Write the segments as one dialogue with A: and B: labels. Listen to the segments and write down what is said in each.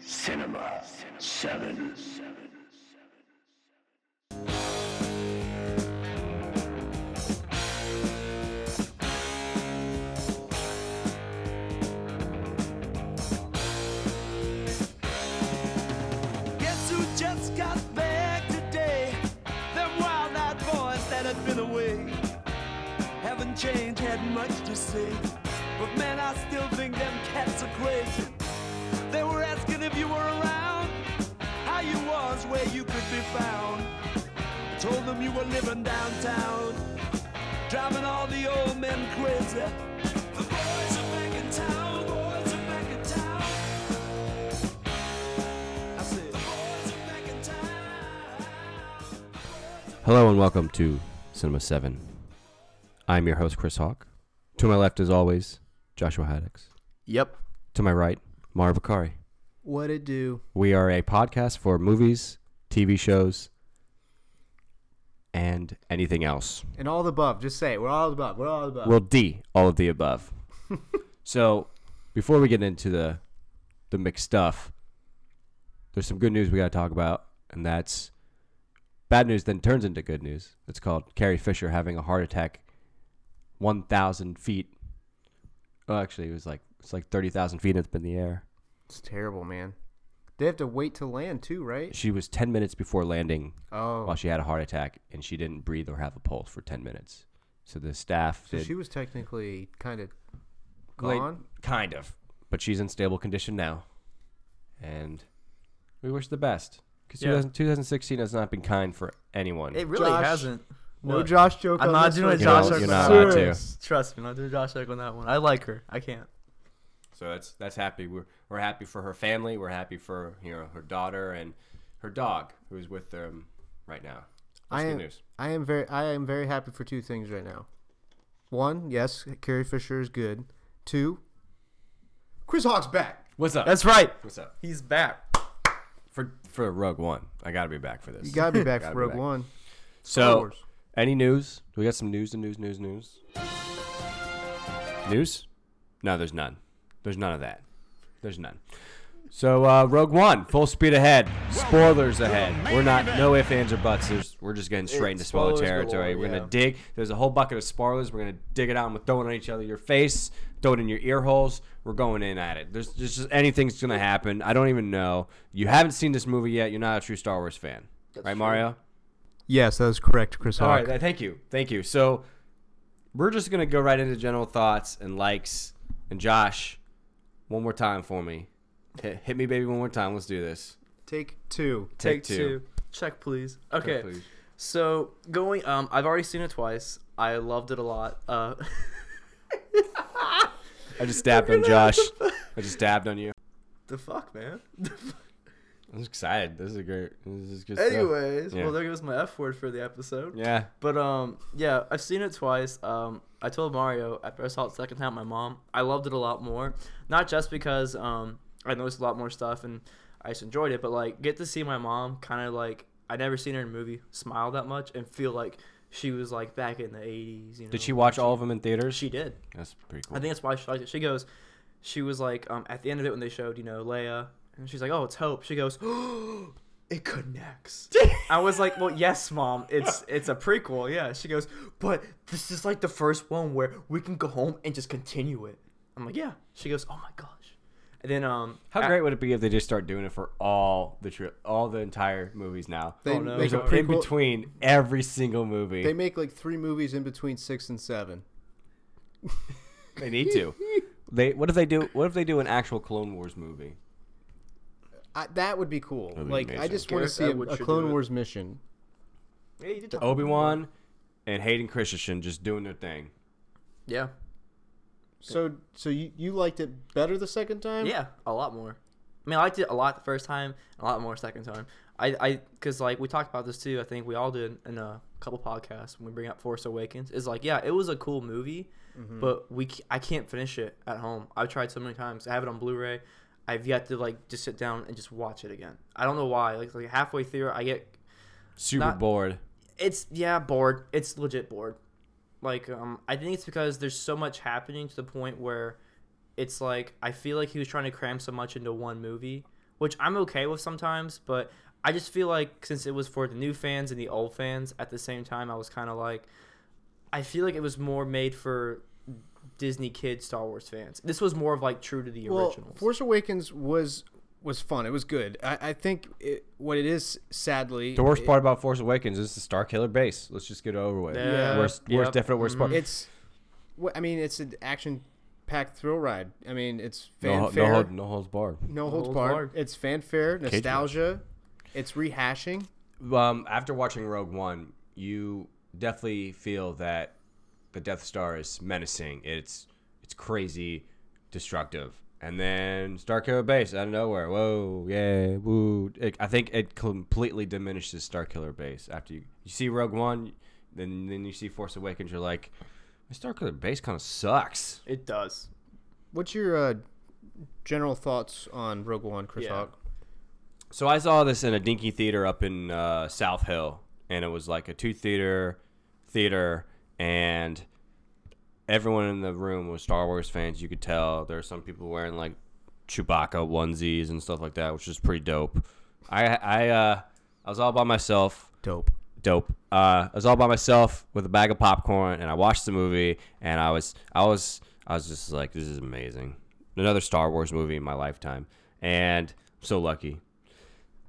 A: Cinema, Seven.
B: Guess who just got back today? Them wild eyed boys that had been away. Haven't changed, had much to say. But man, I still think them cats are crazy. They were asking if you were around, how you was, where you could be found. I told them you were living downtown, driving all the old men crazy. The boys are back in town, boys are back in town. I said, the boys are back in town.
C: Hello and welcome to Cinema 7. I'm your host, Chris Hawk. To my left, as always, Joshua Haddix.
D: Yep.
C: To my right, Mara Bakari.
D: What it do?
C: We are a podcast for movies, TV shows, and anything else.
D: And all the above. Just say it. We're all above. We're all above.
C: Well, D, all of the above. so, before we get into the the mixed stuff, there's some good news we got to talk about, and that's bad news then turns into good news. It's called Carrie Fisher having a heart attack, 1,000 feet. Oh, actually, it was like it's like 30,000 feet up in the air.
D: it's terrible, man. They have to wait to land too, right?
C: She was 10 minutes before landing
D: Oh,
C: while she had a heart attack, and she didn't breathe or have a pulse for 10 minutes. So the staff
D: so
C: did
D: she was technically kind of
C: Late-
D: gone.
C: kind of. But she's in stable condition now. And we wish the best. Because
E: Yeah.
C: 2016 has not been kind for anyone.
E: It really
D: Josh.
E: hasn't.
D: No
E: What?
D: Josh joke.
E: I'm
D: on
E: not
D: this
E: doing a
D: one.
C: You're not-
E: Josh Eck
C: you're
E: on
C: not
E: that
C: allowed
E: one.
C: to.
E: Trust me, I'm not doing Josh Eck on that one. I like her. I can't.
C: so that's that's happy. We're, we're happy for her family. We're happy for you know her daughter and her dog, who's with them right now. That's
D: I
C: good
D: am.
C: news.
D: I am very. I am very happy for two things right now. One, yes, Carrie Fisher is good. Two, Chris Hawk's back.
C: What's up?
E: That's right.
C: What's up?
E: He's back.
C: For for Rogue One. I got to be back for this.
D: You gotta be back
C: Gotta
D: for
C: be
D: Rogue
C: back.
D: One.
C: so,
D: Wars.
C: any news? We got some news and news, news, news. News? No, there's none. There's none of that. There's none. So, uh, Rogue One, full speed ahead. Spoilers ahead. We're not, no ifs, ands, or buts. There's, we're just getting straight into spoiler
E: spoilers
C: territory.
E: galore,
C: We're going
E: yeah.
C: to dig. There's a whole bucket of spoilers. We're going to dig it out and we're throwing it on each other your face, throw it in your ear holes. We're going in at it. There's there's just anything's going to happen. I don't even know. You haven't seen this movie yet. You're not a true Star Wars fan. right, Mario?
D: Yes, that is correct, Chris
C: All
D: Hawk.
C: right, th- thank you, thank you. So we're just gonna go right into general thoughts and likes. And Josh, one more time for me. Hit, hit me, baby, one more time. Let's do this.
D: Take two.
C: Take two.
E: Check please. Okay.
C: please.
E: So going. Um, I've already seen it twice. I loved it a lot. Uh,
C: I just dabbed on Josh. I just dabbed on you.
E: the fuck, man.
C: I'm excited. This is a great. This is good. stuff.
E: Anyways,
C: Yeah.
E: well, there goes my F word for the episode.
C: Yeah.
E: But um, yeah, I've seen it twice. Um, I told Mario after I saw it second time, my mom, I loved it a lot more. Not just because um, I noticed a lot more stuff and I just enjoyed it, but like get to see my mom kind of like I never seen her in a movie smile that much and feel like she was like back in the '80s. You know?
C: Did she watch all of them in theaters?
E: She did.
C: That's pretty cool.
E: I think that's why she liked it. She goes, she was like, um, at the end of it when they showed, you know, Leia, and she's like, oh, it's Hope. She goes, it connects. I was like, well, yes, mom, it's it's a prequel, yeah. She goes, but this is like the first one where we can go home and just continue it. I'm like, yeah. She goes, oh my gosh. And then um,
C: How
E: a-
C: great would it be if they just start doing it for all the tri- all the entire movies now?
D: They
E: no.
D: make
C: There's
D: a
C: a Oh, in
D: prequel.
C: between every single movie.
D: They make like three movies in between six and seven.
C: They need to. They what if they do? What if they do an actual Clone Wars movie?
D: I, that would be cool.
C: be
D: like I
C: amazing.
D: just want to
E: Gareth
D: see a,
E: Edwards
D: a
E: should
D: Clone
E: do it.
D: Wars mission.
E: Yeah, you did talk-
C: Obi Wan and Hayden Christensen just doing their thing.
E: yeah,
D: So so you, you liked it better the second time?
E: yeah, a lot more. I mean, I liked it a lot the first time, a lot more second time. I, I, cause like we talked about this too. I think we all did in a couple podcasts when we bring up Force Awakens. Is like, yeah, it was a cool movie, but we, c- I can't finish it at home. I've tried so many times. I have it on Blu-ray. I've yet to like just sit down and just watch it again. I don't know why. Like, like halfway through, I get
C: Super
E: Not-
C: bored.
E: it's yeah bored it's legit bored like um i think it's because there's so much happening to the point where it's like i feel like he was trying to cram so much into one movie which I'm okay with sometimes, but I just feel like since it was for the new fans and the old fans at the same time, I was kind of like, I feel like it was more made for Disney kid Star Wars fans. This was more of like true to the
D: Well,
E: originals.
D: Force Awakens was was fun. It was good. I, I think it, what it is, sadly,
C: The worst
D: it-
C: part about Force Awakens is the Star Killer base. Let's just get it over with.
E: Yeah.
C: Worst,
E: Yep. Mm-hmm.
C: worst, definite worst part.
D: It's, wh- I mean, it's an action-packed thrill ride. I mean, it's
C: no, ho-
D: fanfare,
C: no,
D: no,
C: hold, no holds barred.
D: holds
E: holds
D: barred.
E: barred.
D: It's fanfare, nostalgia. It's rehashing.
C: Um, after watching Rogue One, you definitely feel that the Death Star is menacing. It's it's crazy, destructive, and then Starkiller Base out of nowhere. Whoa, yeah, woo! It, I think it completely diminishes Starkiller Base after you you see Rogue One, then then you see Force Awakens. You're like, Starkiller Base kind of sucks.
E: it does.
D: What's your uh, general thoughts on Rogue One, Chris
E: Yeah.
D: Hawk?
C: So I saw this in a dinky theater up in uh, South Hill, and it was like a two theater theater, and everyone in the room was Star Wars fans. You could tell there were some people wearing like Chewbacca onesies and stuff like that, which is pretty dope. I I uh, I was all by myself
D: Dope.
C: dope. Uh, I was all by myself with a bag of popcorn, and I watched the movie, and I was, I was, I was just like, this is amazing. Another Star Wars movie in my lifetime, and I'm so lucky.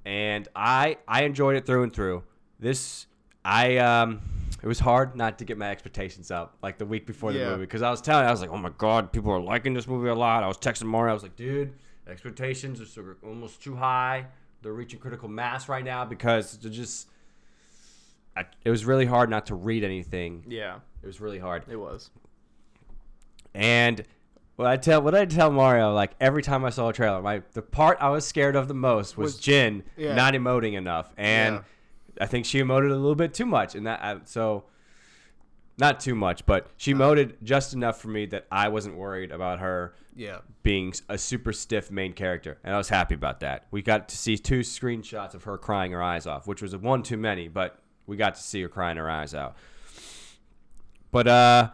C: And I, I enjoyed it through and through. This, I, um, it was hard not to get my expectations up like the week before the
D: Yeah.
C: movie because I was telling, I was like, oh my god, people are liking this movie a lot. I was texting Mario, I was like, dude, expectations are so- almost too high. They're reaching critical mass right now because they're just I, it was really hard not to read anything.
E: Yeah,
C: It was really hard.
E: it was.
C: And what I tell what I tell Mario, like every time I saw a trailer, my the part I was scared of the most was,
D: Was-
C: Jin
D: yeah.
C: not emoting enough, and I think she emoted a little bit too much, and that I, so not too much, but she emoted just enough for me that I wasn't worried about her
D: Yeah.
C: being a super stiff main character, and I was happy about that. We got to see two screenshots of her crying her eyes off, which was one too many, but we got to see her crying her eyes out. But uh,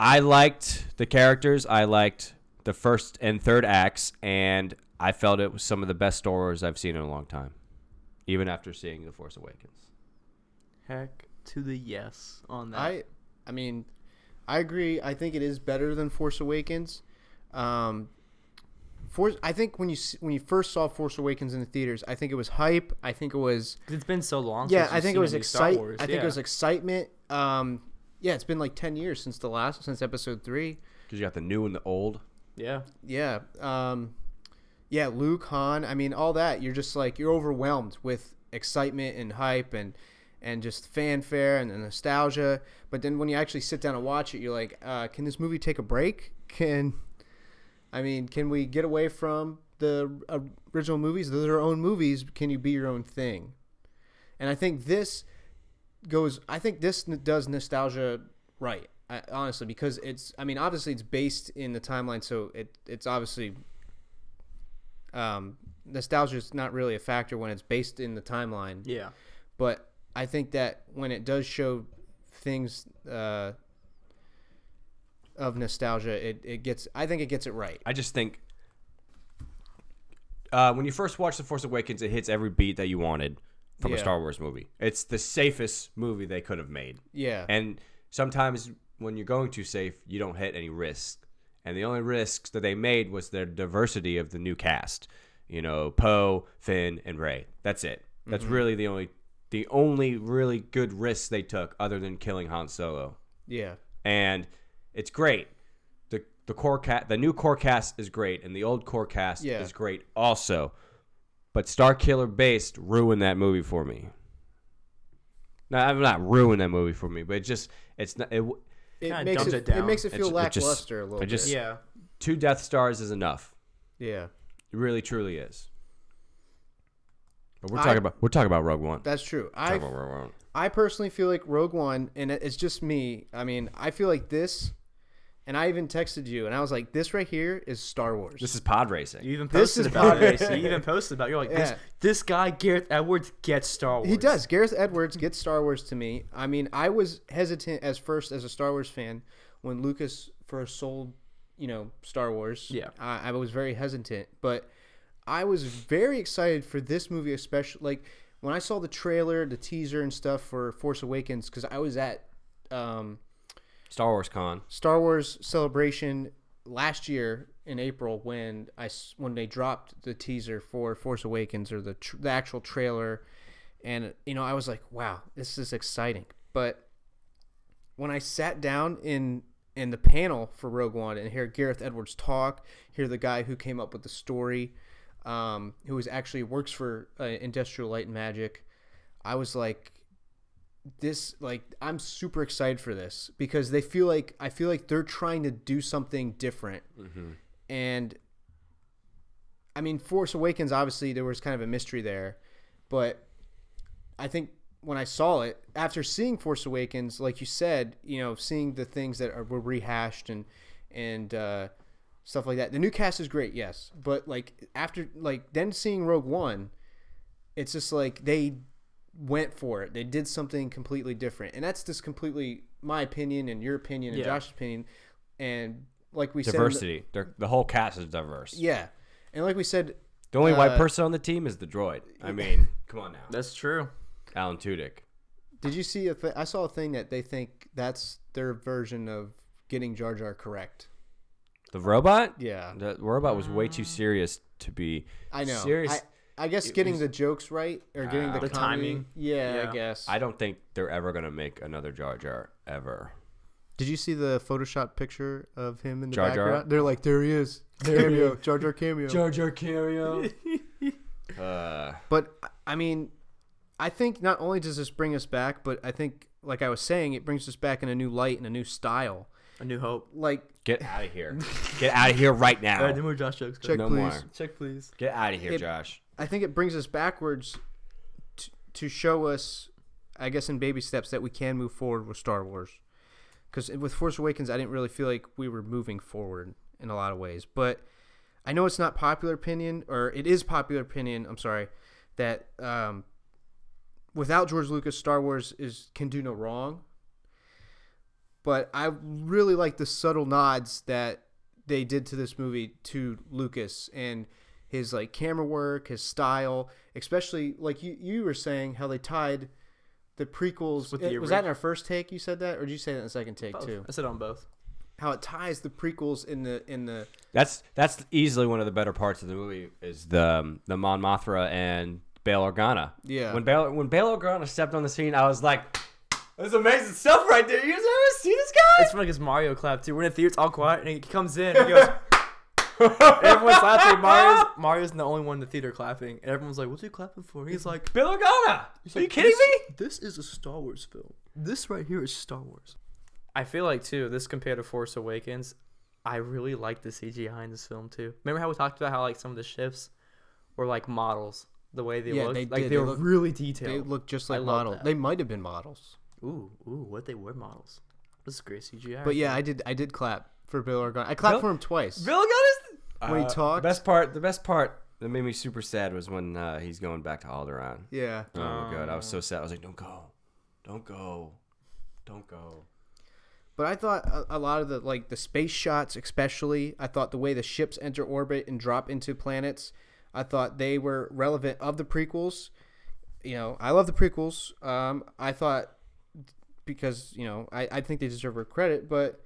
C: I liked the characters. I liked the first and third acts, and I felt it was some of the best Star Wars I've seen in a long time, even after seeing The Force Awakens.
E: Heck to the yes on that.
D: I, I mean, I agree. I think it is better than Force Awakens. Um, Force. I think when you s- when you first saw Force Awakens in the theaters, I think it was hype. I think it was
E: 'Cause it's been so long.
D: yeah.
E: since
D: I
E: you've
D: think
E: seen
D: it was
E: a new Star
D: excite.
E: Wars,
D: I think
E: yeah.
D: it was excitement. Um, yeah, it's been like ten years since the last since episode three.
C: Because you got the new and the old.
E: yeah.
D: Yeah. Um, yeah. Luke Han. I mean, all that. You're just like you're overwhelmed with excitement and hype and and just fanfare and, and nostalgia. But then when you actually sit down and watch it, you're like, uh, can this movie take a break? Can I mean, can we get away from the uh, original movies? Those are our own movies. Can you be your own thing? And I think this goes. I think this n- does nostalgia right. I, honestly, because it's. I mean, obviously, it's based in the timeline, so it it's obviously. Um, nostalgia is not really a factor when it's based in the timeline,
E: Yeah.
D: but I think that when it does show things uh, of nostalgia, it, it gets. I think it gets it right.
C: I just think uh, when you first watch The Force Awakens, it hits every beat that you wanted from a
D: Yeah.
C: Star Wars movie. It's the safest movie they could have made.
D: Yeah.
C: And sometimes when you're going too safe, you don't hit any risk. And the only risks that they made was their diversity of the new cast. You know, Poe, Finn, and Ray. That's it. That's
D: Mm-hmm.
C: really the only the only really good risks they took other than killing Han Solo
D: yeah.
C: and it's great. the The core cast, the new core cast is great, and the old core cast
D: Yeah.
C: is great also. But Star Killer based ruined that movie for me. No, I'm not ruined that movie for me, but it just it's not. It, w-
D: it
E: Kinda
D: makes
E: dumbs
D: it,
E: it down.
D: makes it feel
C: It's- it just-
D: lackluster a little
C: it just-
D: bit.
E: Yeah.
C: two Death Stars is enough.
D: Yeah,
C: It really, truly is. But we're
D: I-
C: talking about we're talking about Rogue One.
D: that's true. I
C: Talking about Rogue One.
D: I personally feel like Rogue One, and it- it's just me. I mean, I feel like this, and I even texted you, and I was like, "This right here is Star Wars."
C: This is pod racing.
E: You even
D: This
E: posted
D: is
E: about
D: probably-
E: it. Macy. You even posted about it. You're like, this,
D: Yeah.
E: this guy, Gareth Edwards, gets Star Wars.
D: he does. Gareth Edwards gets Star Wars to me. I mean, I was hesitant as first as a Star Wars fan when Lucas first sold, you know, Star Wars.
E: Yeah.
D: I, I was very hesitant, but I was very excited for this movie, especially like when I saw the trailer, the teaser, and stuff for Force Awakens, because I was at um,
C: Star Wars Con.
D: Star Wars Celebration last year in April when I s- when they dropped the teaser for Force Awakens or the tr- the actual trailer, and you know I was like, wow, this is exciting. But when I sat down in in the panel for Rogue One and hear Gareth Edwards talk, hear the guy who came up with the story, um, who is actually works for uh, Industrial Light and Magic, I was like, this like I'm super excited for this because they feel like I feel like they're trying to do something different, and I mean Force Awakens obviously there was kind of a mystery there, but I think when I saw it after seeing Force Awakens, like you said, you know, seeing the things that are, were rehashed and and uh, stuff like that. The new cast is great, yes, but like after like then seeing Rogue One, it's just like they went for it. They did something completely different, and that's just completely my opinion and your opinion and
E: Yeah.
D: Josh's opinion, and like we said,
C: Diversity. They're- the whole cast is diverse.
D: yeah, and like we said,
C: The only white
D: Uh,
C: person on the team is the droid. I mean, come on now.
E: That's true.
C: Alan Tudyk.
D: Did you see a th- I saw a thing that they think that's their version of getting Jar Jar correct.
C: The robot?
D: Yeah.
C: The robot was way too serious to be
D: I know.
C: Serious.
D: I, I guess getting the jokes right or getting Uh, the,
E: The
D: comedy-
E: timing.
D: Yeah, I
E: Yeah.
D: guess.
C: I don't think they're ever gonna make another Jar Jar ever.
D: Did you see the Photoshop picture of him in the
C: Jar Jar?
D: background? They're like, there he is. Cameo. Jar Jar cameo.
C: Jar Cario. uh,
D: But I mean, I think not only does this bring us back, but I think, like I was saying, it brings us back in a new light and a new style.
E: A new hope.
D: Like,
C: get out of here. Get out of here right
E: All
C: now.
E: right, no more Josh jokes. guys.
D: check
C: No
D: please.
C: more.
E: Check, please.
C: Get out of here,
D: It-
C: Josh.
D: I think it brings us backwards t- to show us, I guess, in baby steps that we can move forward with Star Wars. Because with Force Awakens, I didn't really feel like we were moving forward in a lot of ways. But I know it's not popular opinion, or it is popular opinion. I'm sorry that um, without George Lucas, Star Wars is can do no wrong. But I really like the subtle nods that they did to this movie to Lucas and his like camera work, his style, especially like you you were saying how they tied the prequels.
E: With the
D: eh, was that in
E: orig-
D: our first take? You said that, or did you say that in the second take
E: Both.
D: too?
E: I said on both.
D: How it ties the prequels in the in the
C: That's that's easily one of the better parts of the movie is the um, the Mon Mothra and Bail Organa.
D: Yeah.
C: When Bail when Bail Organa stepped on the scene, I was like, "That's amazing stuff right there." You guys ever see this guy?
E: It's funny because Mario clap too. We're in the theater, it's all quiet, and he comes in and he goes. and everyone's laughing. Mario's Mario's the only one in the theater clapping, and everyone's like, "What's he clapping for?" He's like,
C: Bail Organa. Are you kidding me?
E: this, This is a Star Wars film. This right here is Star Wars. I feel like too, this compared to Force Awakens, I really like the CGI in this film too. Remember how we talked about how like some of the ships were like models, the way they
D: Yeah,
E: looked.
D: they
E: like
D: did.
E: they,
D: They
E: were
D: looked-
E: really
D: they
E: detailed.
D: look just
E: I
D: like
E: love
D: models.
E: that.
D: They might have been models,
E: ooh, ooh, what they were models. This is great CGI.
D: but yeah, I did I did clap for Bill Organa. I clapped
C: Bill-
D: for him twice.
C: Bill Organa's
D: When he
C: Uh, The
D: talked.
C: best part, the best part that made me super sad was when uh, he's going back to Alderaan.
D: yeah,
C: Oh my god, I was so sad. I was like, "Don't go, don't go, don't go."
D: but I thought a, a lot of the like the space shots, especially. I thought the way the ships enter orbit and drop into planets. I thought they were relevant of the prequels. You know, I love the prequels. Um, I thought because you know I, I think they deserve her credit, but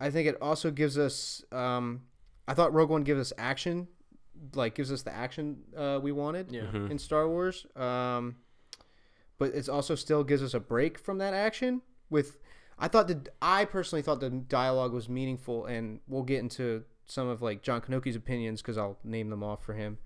D: I think it also gives us. Um, I thought Rogue One gives us action, like gives us the action uh, we wanted
E: Yeah.
D: in Star Wars. Um, but it's also still gives us a break from that action. With I thought the I personally thought the dialogue was meaningful, and we'll get into some of like John Kanoki's opinions because I'll name them off for him.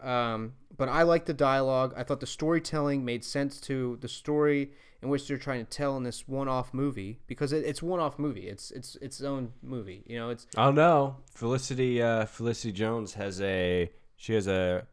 D: Um, but I liked the dialogue. I thought the storytelling made sense to the story in which they're trying to tell in this one-off movie because it, it's one-off movie. It's it's its own movie. You know, it's
C: Oh no, Felicity uh, Felicity Jones has a she has a,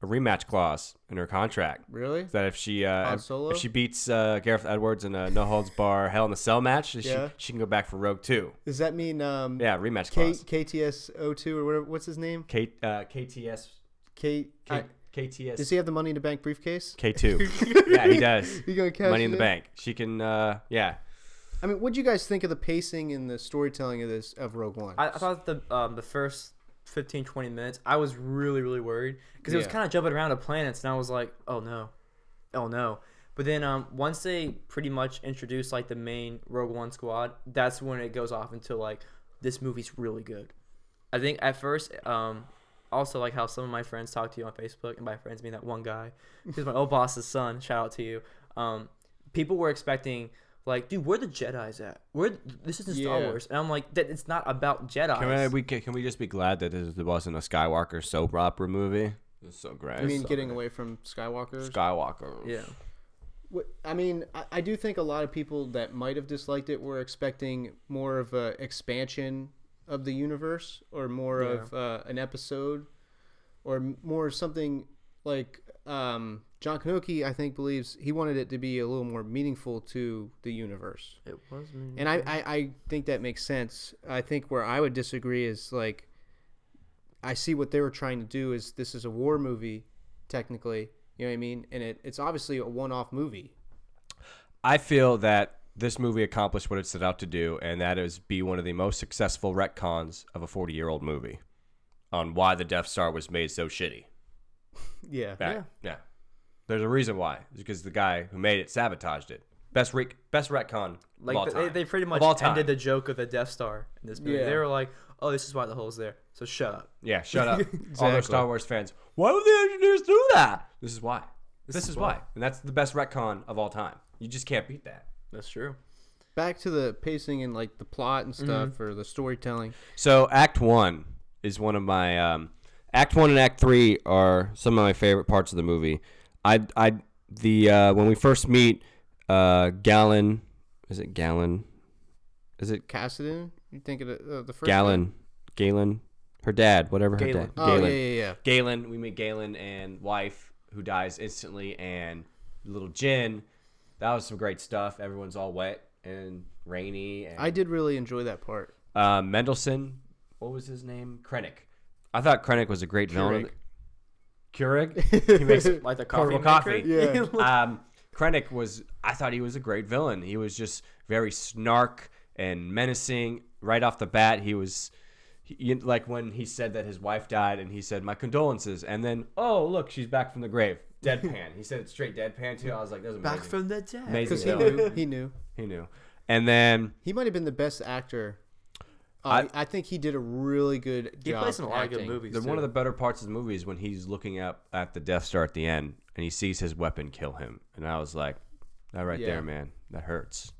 C: a rematch clause in her contract
D: really
C: that if she uh,
D: Han
C: if-
D: Solo?
C: if she beats uh, Gareth Edwards in a no holds bar Hell in a Cell match,
D: Yeah.
C: she she can go back for Rogue Two.
D: does that mean um
C: Yeah, rematch
D: K-
C: clause.
D: KTS02 or whatever? What's his name?
C: K, uh, KTS
D: K.
C: K,
D: I-
C: KTS
D: does he have the money in the bank briefcase?
C: K two. yeah, he does.
D: You gonna cash
C: Money in
D: it
C: the bank. She can. Uh, yeah,
D: I mean, what do you guys think of the pacing and the storytelling of this of Rogue One?
E: I, I thought the um, the first 15, 20 minutes, I was really, really worried because it was
D: Yeah.
E: kind of jumping around to planets, and I was like, oh no, oh no. But then um, once they pretty much introduce like the main Rogue One squad, that's when it goes off into like this movie's really good. I think at first, um, also like how some of my friends talk to you on Facebook, and by friends I mean that one guy who's my old boss's son. Shout out to you. Um, people were expecting like, dude, where the Jedi's at? Where this isn't Star
D: Yeah.
E: Wars, and I'm like, that it's not about Jedi.
C: Can we, we ca- can we just be glad that this wasn't a Skywalker soap opera movie? It's so great.
D: I mean, getting away from Skywalker.
C: Skywalker.
E: yeah,
D: What- I mean, I, I do think a lot of people that might have disliked it were expecting more of a expansion of the universe, or more of uh, an episode, or m- more something like um, John Kanoki. I think believes he wanted it to be a little more meaningful to the universe,
E: it was. me.
D: and I, I, I think that makes sense. I think where I would disagree is like, I see what they were trying to do is this is a war movie, technically. You know what I mean? And it, it's obviously a one-off movie.
C: I feel that this movie accomplished what it set out to do, and that is be one of the most successful retcons of a 40 year old movie on why the Death Star was made so shitty.
D: Yeah.
C: That- Yeah. There's a reason why. It's because the guy who made it sabotaged it. Best re- best retcon of all
E: Like they,
C: time.
E: they pretty much
C: of all time.
E: ended the joke of the Death Star in this movie.
D: Yeah.
E: They were like, "Oh, this is why the hole's there." So shut up.
C: Yeah, shut up. All those Star Wars fans. Why would the engineers do that? This is why. This, is, why. And that's the best retcon of all time. You just can't beat that.
E: That's true.
D: Back to the pacing and like the plot and stuff
E: Mm-hmm.
D: or the storytelling.
C: So Act One is one of my um, Act One and Act Three are some of my favorite parts of the movie. I I the uh, when we first meet uh, Gallon, is it Gallon? Is it
D: Cassidy, you think of the, uh, the first
C: Gallon? Galen, her dad, whatever her
E: Galen.
C: dad.
D: one? Oh yeah, yeah, yeah.
C: Galen, we meet Galen and wife who dies instantly, and little Jin. That was some great stuff. Everyone's all wet and rainy. And,
D: I did really enjoy that part.
C: uh, Mendelsohn, what was his name? Krennic. I thought Krennic was a great villain. Keurig. He makes
E: Like the coffee.
C: portable coffee.
E: maker?
C: um, Krennic was. I thought he was a great villain. He was just very snark and menacing right off the bat. He was. he- you- like when he said that his wife died, and he said my condolences, and then oh look, she's back from the grave, deadpan. he said it straight deadpan too. I was like, that's amazing.
E: Back from the dead.
C: amazing.
D: Because he
C: villain.
D: knew, he knew.
C: he knew, and then
D: He might have been the best actor. Uh, I, I think he did a really good
E: He
D: job.
E: plays in a lot of good
D: acting.
E: movies.
C: the,
E: too.
C: one of the better parts of the movie is when he's looking up at the Death Star at the end, and he sees his weapon kill him, and I was like, that right
D: Yeah.
C: there, man, that hurts.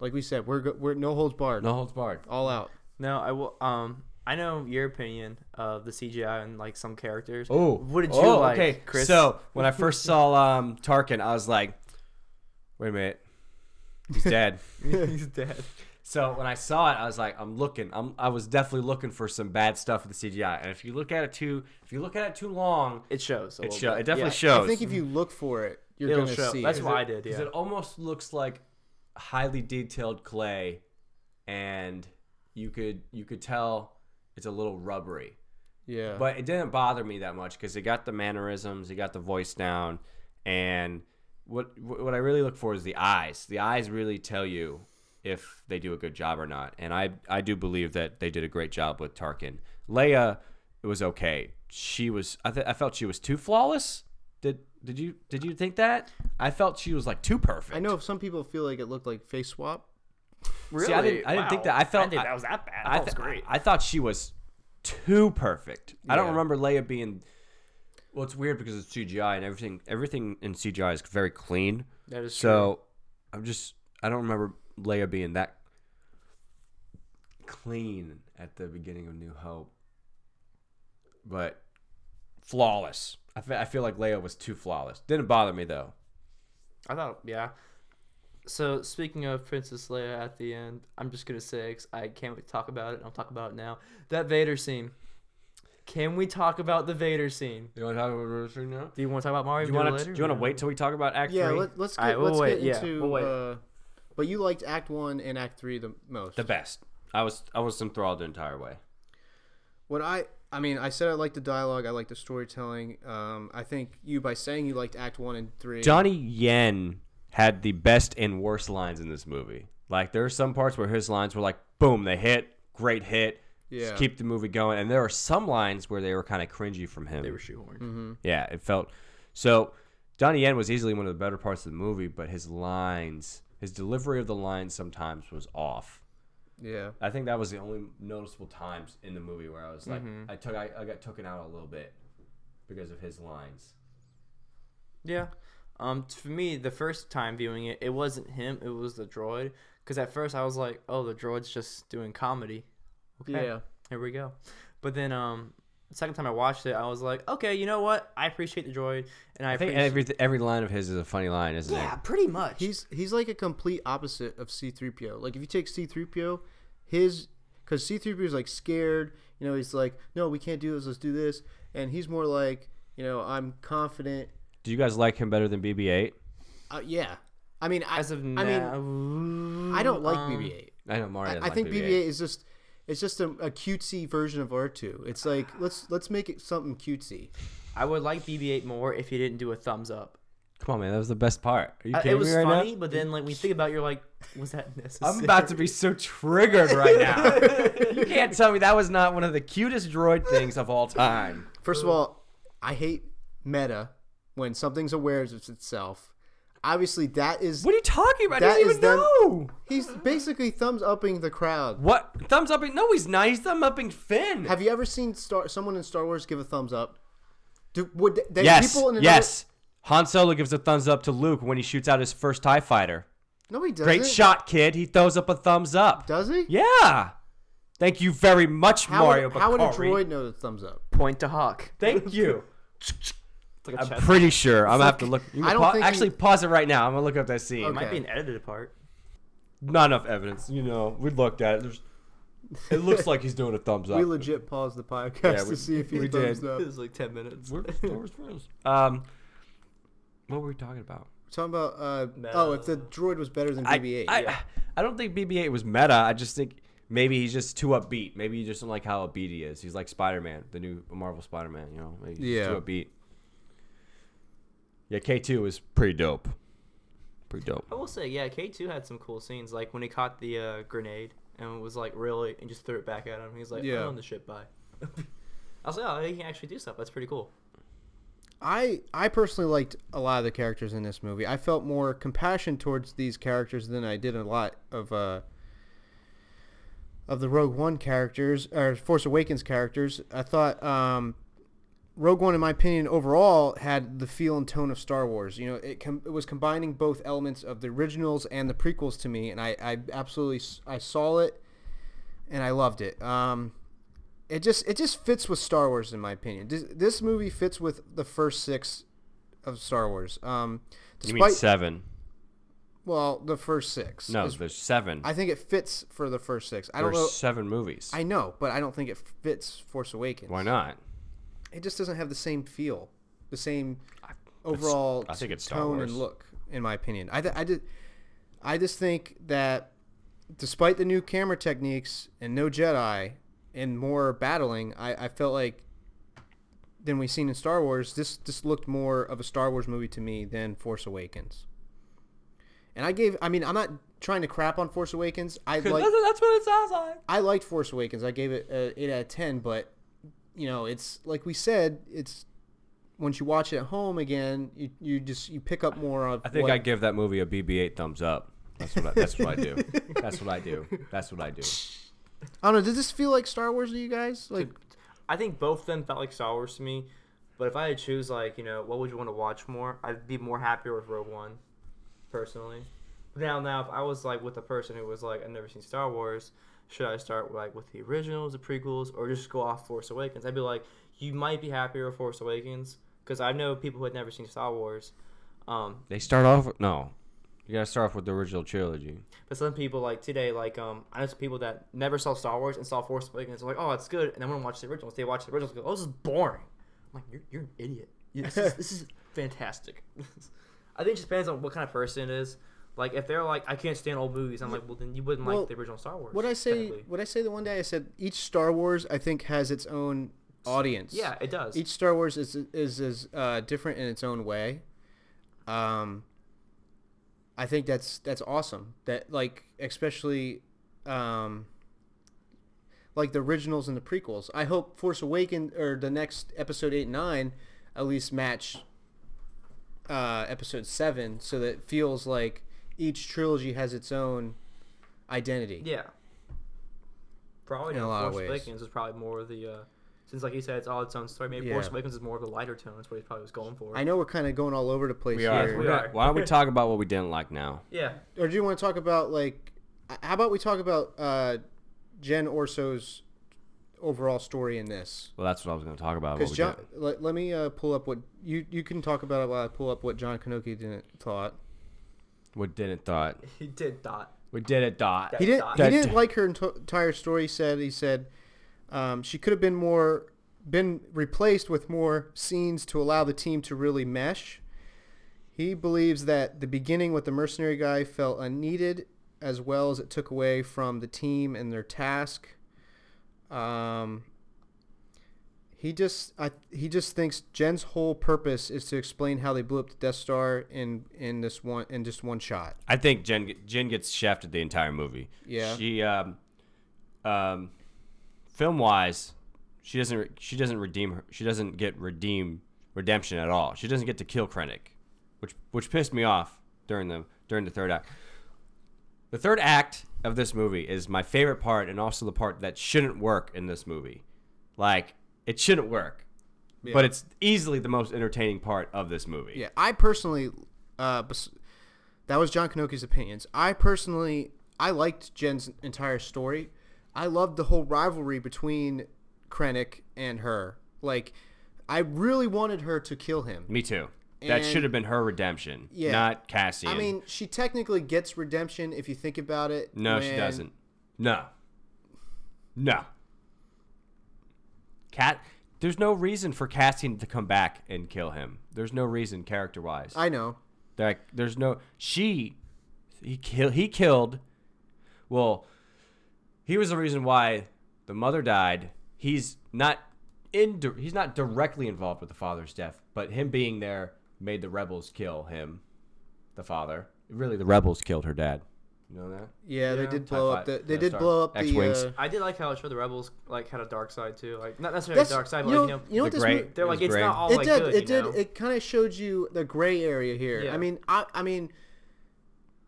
D: Like we said, we're go- we're no holds barred,
C: No holds barred.
D: all out.
E: No, I will. Um, I know your opinion of the CGI and like some characters.
C: Oh,
E: what did you
C: oh,
E: like,
C: okay.
E: Chris?
C: So when I first saw um, Tarkin, I was like, "Wait a minute, he's dead."
E: he's dead.
C: so when I saw it, I was like, "I'm looking. I'm, I was definitely looking for some bad stuff with the CGI." And if you look at it too, if you look at it too long,
E: It shows. a
C: it
E: little
C: show,
E: bit.
C: it definitely
E: Yeah.
C: shows.
D: I think if you look for it, you're
E: It'll
D: gonna
E: show.
D: see.
E: That's
D: it.
E: why I did.
C: Because
E: Yeah.
C: it almost looks like highly detailed clay, and you could you could tell it's a little rubbery.
D: Yeah,
C: But it didn't bother me that much because he got the mannerisms, he got the voice down, and what what I really look for is the eyes. The eyes really tell you if they do a good job or not. And I I do believe that they did a great job with Tarkin. Leia it was okay. She was I, th- I felt she was too flawless. Did did you did you think that? I felt she was like too perfect.
D: I know some people feel like it looked like face swap.
E: really.
C: See, I didn't, I didn't think that. I felt
E: didn't think that was that bad. I
C: I,
E: thought it
C: th-
E: was great.
C: I thought she was too perfect. I don't
D: Yeah.
C: remember Leia being. Well, it's weird because it's CGI and everything. Everything in CGI is very clean.
E: That is
C: so. I'm just. I don't remember Leia being that clean at the beginning of New Hope, but flawless. I fe- I feel like Leia was too flawless. Didn't bother me though.
E: I thought, yeah. So speaking of Princess Leia at the end, I'm just gonna say 'cause I can't wait to talk about it. I'll talk about it now. That Vader scene. Can we talk about the Vader scene?
C: You want to talk about Rose now?
E: Do you want to talk about Mario?
C: Do you want
E: Duel
C: to?
E: later?
C: Do you want to
E: No.
C: wait till we talk about Act
D: Yeah,
C: Three?
D: let, let's get,
E: Alright, we'll
D: let's
E: wait,
D: get
E: yeah,
D: into.
E: we'll wait.
D: Uh, but you liked Act One and Act Three the most.
C: the best. I was I was enthralled the entire way.
D: What I I mean, I said I liked the dialogue. I liked the storytelling. Um, I think you by saying you liked Act One and Three.
C: Johnny Yen had the best and worst lines in this movie. Like there are some parts where his lines were like, boom, they hit, great hit,
D: Yeah.
C: Just keep the movie going. And there are some lines where they were kind of cringy from him.
E: They were shoehorned.
C: Yeah, it felt so. Donnie Yen was easily one of the better parts of the movie, but his lines, his delivery of the lines sometimes was off.
D: yeah.
C: I think that was the only noticeable times in the movie where I was like,
E: Mm-hmm.
C: I took, I, I got taken out a little bit because of his lines.
E: Yeah. Um, t- for me, the first time viewing it, it wasn't him; it was the droid. Because at first I was like, "Oh, the droid's just doing comedy." Okay,
D: Yeah.
E: Here we go. But then, um, the second time I watched it, I was like, "Okay, you know what? I appreciate the droid, and I,
C: I think
E: appreciate."
C: every every line of his is a funny line, isn't
E: yeah,
C: it?
E: pretty much.
D: He's he's like a complete opposite of C3PO. Like if you take C3PO, his cuz C3PO is like scared, you know, he's like, "No, we can't do this. Let's do this." And he's more like, you know, I'm confident.
C: Do you guys like him better than BB-8?
D: Uh, yeah. I mean, I,
E: as of now,
D: I mean, I don't like
E: um,
D: BB-8.
C: I know Mario.
D: I think BB-8 is just it's just a, a cutesy version of R2. It's like let's let's make it something cutesy.
E: I would like BB-8 more if he didn't do a thumbs up.
C: Come on, man, that was the best part. Are you
E: Uh,
C: kidding
E: it was
C: me right
E: funny,
C: now?
E: but then like when you think about, it, you're like, "Was that necessary?"
C: I'm about to be so triggered right now. you can't tell me that was not one of the cutest droid things of all time.
D: First of all, I hate meta when something's aware of itself. Obviously, that is
C: What are you talking about?
D: That
C: I didn't
D: is
C: even
D: them-
C: know.
D: he's basically thumbs upping the crowd.
C: What? Thumbs up? No, he's not. He's thumb upping Finn.
D: Have you ever seen Star someone in Star Wars give a thumbs up? Do, would they,
C: yes.
D: people in another-
C: yes. Han Solo gives a thumbs up to Luke when he shoots out his first TIE fighter.
D: No, he doesn't.
C: Great shot, kid. He throws up a thumbs up.
D: Does he?
C: Yeah. Thank you very much,
D: How
C: Mario
D: would, how would a
C: Bakari.
D: droid know the thumbs up?
E: point to Hawk.
C: Thank you.
E: It's like a
C: I'm
E: chest.
C: pretty sure. I'm gonna have to look. You
D: I
C: can
D: don't
C: pa-
D: think
C: actually
D: he-
C: pause it right now. I'm gonna look up that scene.
E: It might
D: Okay.
E: be an edited part.
C: Not enough evidence. You know, we looked at it. There's. It looks like he's doing a thumbs up.
D: We legit paused the podcast
C: Yeah, we-
D: to see if he
C: we
D: thumbs
C: did.
D: up.
E: It was like ten minutes.
C: We're Star Wars friends. Um, what were we talking about?
D: We're talking about uh, oh, if the droid was better than
C: I-
D: BB-8.
C: I, I don't think BB-8 was meta. I just think maybe he's just too upbeat. Maybe you just don't like how upbeat he is. He's like Spider-Man, the new Marvel Spider-Man. You know, Maybe he's just
D: Yeah.
C: too upbeat. Yeah, K2 was pretty dope. Pretty dope.
E: I will say, yeah, K two had some cool scenes, like when he caught the uh, grenade and was like really and just threw it back at him. He's like,
D: Yeah.
E: "I own the ship, bye." I was like, "Oh, he can actually do stuff. That's pretty cool."
D: I I personally liked a lot of the characters in this movie. I felt more compassion towards these characters than I did a lot of uh of the Rogue One characters or Force Awakens characters. I thought um Rogue One, in my opinion, overall had the feel and tone of Star Wars. You know, it, com- it was combining both elements of the originals and the prequels to me, and I, I absolutely s- I saw it, and I loved it. Um, it just it just fits with Star Wars in my opinion. This, this movie fits with the first six of Star Wars. Um,
C: You
D: despite
C: mean seven?
D: well, the first six.
C: No,
D: is-
C: there's seven.
D: I think it fits for the first six. I don't
C: there's
D: know.
C: seven movies.
D: I know, but I don't think it fits Force Awakens.
C: Why not?
D: It just doesn't have the same feel, the same
C: I-
D: overall
C: I think it's Star
D: tone
C: Wars.
D: and look, in my opinion. I, th- I did, I just think that despite the new camera techniques and no Jedi and more battling, I, I felt like than we seen in Star Wars, this this looked more of a Star Wars movie to me than Force Awakens. And I gave, I mean, I'm not trying to crap on Force Awakens. I like
C: that's what it sounds like.
D: I liked Force Awakens. I gave it a eight out of ten, but you know, it's like we said, it's once you watch it at home again, you, you just you pick up more of.
C: I think
D: what-
C: I give that movie a BB-8 thumbs up. That's what I, that's what I do. That's what I do. That's what I do.
D: I don't know. Does this feel like Star Wars to you guys? Like,
E: I think both of them felt like Star Wars to me, but if I had to choose, like you know, what would you want to watch more? I'd be more happier with Rogue One, personally. Now, now, if I was like with a person who was like, I've never seen Star Wars, should I start like with the originals, the prequels, or just go off Force Awakens? I'd be like, you might be happier with Force Awakens because I know people who had never seen Star Wars. Um,
C: They start off with, no. You gotta start off with the original trilogy.
E: But some people like today, like um, I know some people that never saw Star Wars and saw Force Awakens. They're like, oh, it's good, and then want to watch the originals. They watch the originals. and Go, oh, this is boring. I'm like, you're, you're an idiot. You- This is, this is fantastic. I think it just depends on what kind of person it is. Like if they're like, I can't stand old movies. I'm like, well, then you wouldn't
D: Well,
E: like the original Star Wars.
D: what I say?
E: technically.
D: What I say the one day I said each Star Wars I think has its own audience.
E: Yeah, it does.
D: Each Star Wars is is is uh, different in its own way. Um, I think that's that's awesome. That like especially, um, like the originals and the prequels. I hope Force Awaken or the next episode eight and nine at least match uh, episode seven, so that it feels like each trilogy has its own identity.
E: Yeah. Probably
D: In a
E: not.
D: lot of
E: Force
D: ways.
E: Awakens is probably more of the uh, since like you said it's all its own story. Maybe
D: Yeah.
E: Force Awakens is more of a lighter tone. That's what he probably was going for.
D: I know we're kind of going all over the place
C: We are.
D: here.
E: we are.
C: Why don't we talk about what we didn't like now?
E: Yeah.
D: or do you want to talk about like h- how about we talk about uh jen orso's overall story in this
C: Well, that's what I was going to talk about. what
D: because
C: we
D: john
C: didn't-
D: let, let me uh, pull up what you you can talk about it while i pull up what john kanoki didn't thought
C: what didn't thought.
E: He did dot.
C: We did it, Dot.
D: he didn't he
F: That-
D: didn't like her ento- entire story he said he said um, she could have been more been replaced with more scenes to allow the team to really mesh he believes that the beginning with the mercenary guy felt unneeded as well as it took away from the team and their task um, he just I, he just thinks jen's whole purpose is to explain how they blew up the death star in in this one in just one shot
C: I think Jen get- Jen gets shafted the entire movie.
D: Yeah.
C: She um, um, film wise, she doesn't re- she doesn't redeem her she doesn't get redeem redemption at all. She doesn't get to kill Krennic, which which pissed me off during the during the third act. The third act of this movie is my favorite part, and also the part that shouldn't work in this movie. Like it shouldn't work, but it's easily the most entertaining part of this movie.
D: Yeah, I personally, uh, bes- that was John Kanoki's opinions. I personally, I liked Jen's entire story. I loved the whole rivalry between Krennic and her. Like, I really wanted her to kill him.
C: Me too. That
D: And-
C: should have been her redemption,
D: Yeah.
C: not Cassian.
D: I mean, she technically gets redemption if you think about it.
C: no, she
D: when-
C: doesn't. No, no. Cat, there's no reason for Cassian to come back and kill him. There's no reason character-wise.
D: I know.
C: Like, there's no she. He kill. He killed. Well, he was the reason why the mother died. He's not in. He's not directly involved with the father's death, but him being there made the rebels kill him, the father. Really, the rebels killed her dad. You know that?
D: Yeah, they
E: Yeah.
D: did
C: Tie
D: blow
C: five-
D: up the. They
C: uh,
D: did
C: sorry,
D: blow up the.
C: X-Wings.
D: Uh,
E: I did like how it showed the rebels like had a dark side too. Like not necessarily
D: that's
E: a dark side, but
D: you know,
E: like, you know,
D: you know what
C: the
D: this
C: gray-
D: mo-
C: It
E: they're
C: was
E: like it's
C: gray.
E: not all
D: it
E: like
D: did.
E: good.
D: it
E: you
D: did.
E: know?
D: It kind of showed you the gray area here. I
E: Yeah.
D: mean, I, I mean,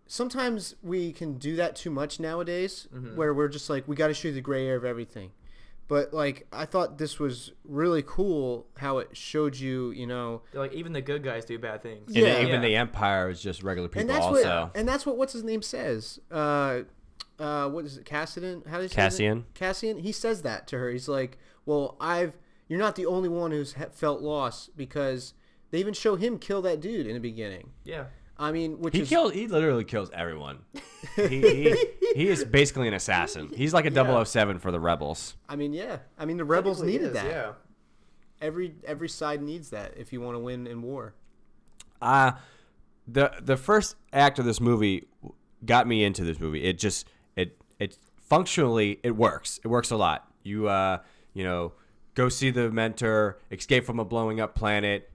D: sometimes we can do that too much nowadays,
E: Mm-hmm.
D: where we're just like, we got to show you the gray area of everything. But like, I thought this was really cool how it showed you, you know,
E: like even the good guys do bad things.
D: Yeah.
C: And even
E: Yeah.
C: the Empire is just regular people.
D: and that's
C: also,
D: what, and that's what what's his name says. Uh, uh, what is it, Cassian? How does
C: Cassian.
D: Cassian. He says that to her. He's like, "Well, I've you're not the only one who's ha- felt loss because they even show him kill that dude in the beginning.
E: Yeah.
D: I mean, which
C: he
D: is
C: kills. He literally kills everyone. he, he, he is basically an assassin. He's like a 007 for the rebels.
D: I mean, yeah. I mean, the rebels needed
E: Yes,
D: that.
E: Yeah.
D: Every every side needs that if you want to win in war.
C: uh the the first act of this movie got me into this movie. It just it it functionally it works. It works a lot. You uh you know go see the mentor, escape from a blowing up planet.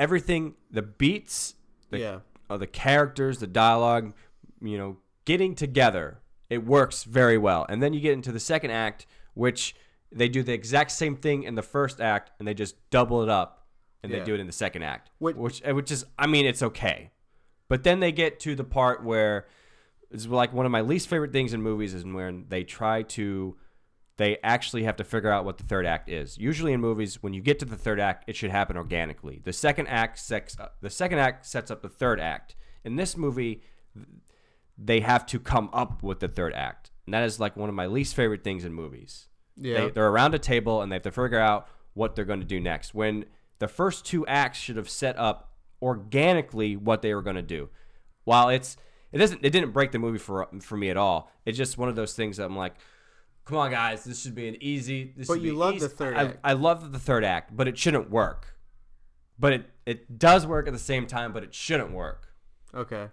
C: Everything the beats, the
D: Yeah.
C: uh, the characters, the dialogue, you know, getting together. It works very well. And then you get into the second act, which they do the exact same thing in the first act, and they just double it up, and
D: Yeah.
C: they do it in the second act,
D: What-
C: which uh, which is, I mean, it's okay. But then they get to the part where it's like one of my least favorite things in movies is when they try to they actually have to figure out what the third act is. Usually in movies, when you get to the third act, it should happen organically. The second act sets up, the second act sets up the third act. In this movie, they have to come up with the third act, and that is like one of my least favorite things in movies.
D: Yeah.
C: They, they're around a table and they have to figure out what they're going to do next. When the first two acts should have set up organically what they were going to do. While it's it doesn't it didn't break the movie for for me at all. It's just one of those things that I'm like, come on guys, this should be an easy. This
D: But
C: should
D: you
C: be
D: love
C: easy."
D: the third
C: I,
D: act.
C: I love the third act, but it shouldn't work. But it it does work at the same time, but it shouldn't work
D: Okay.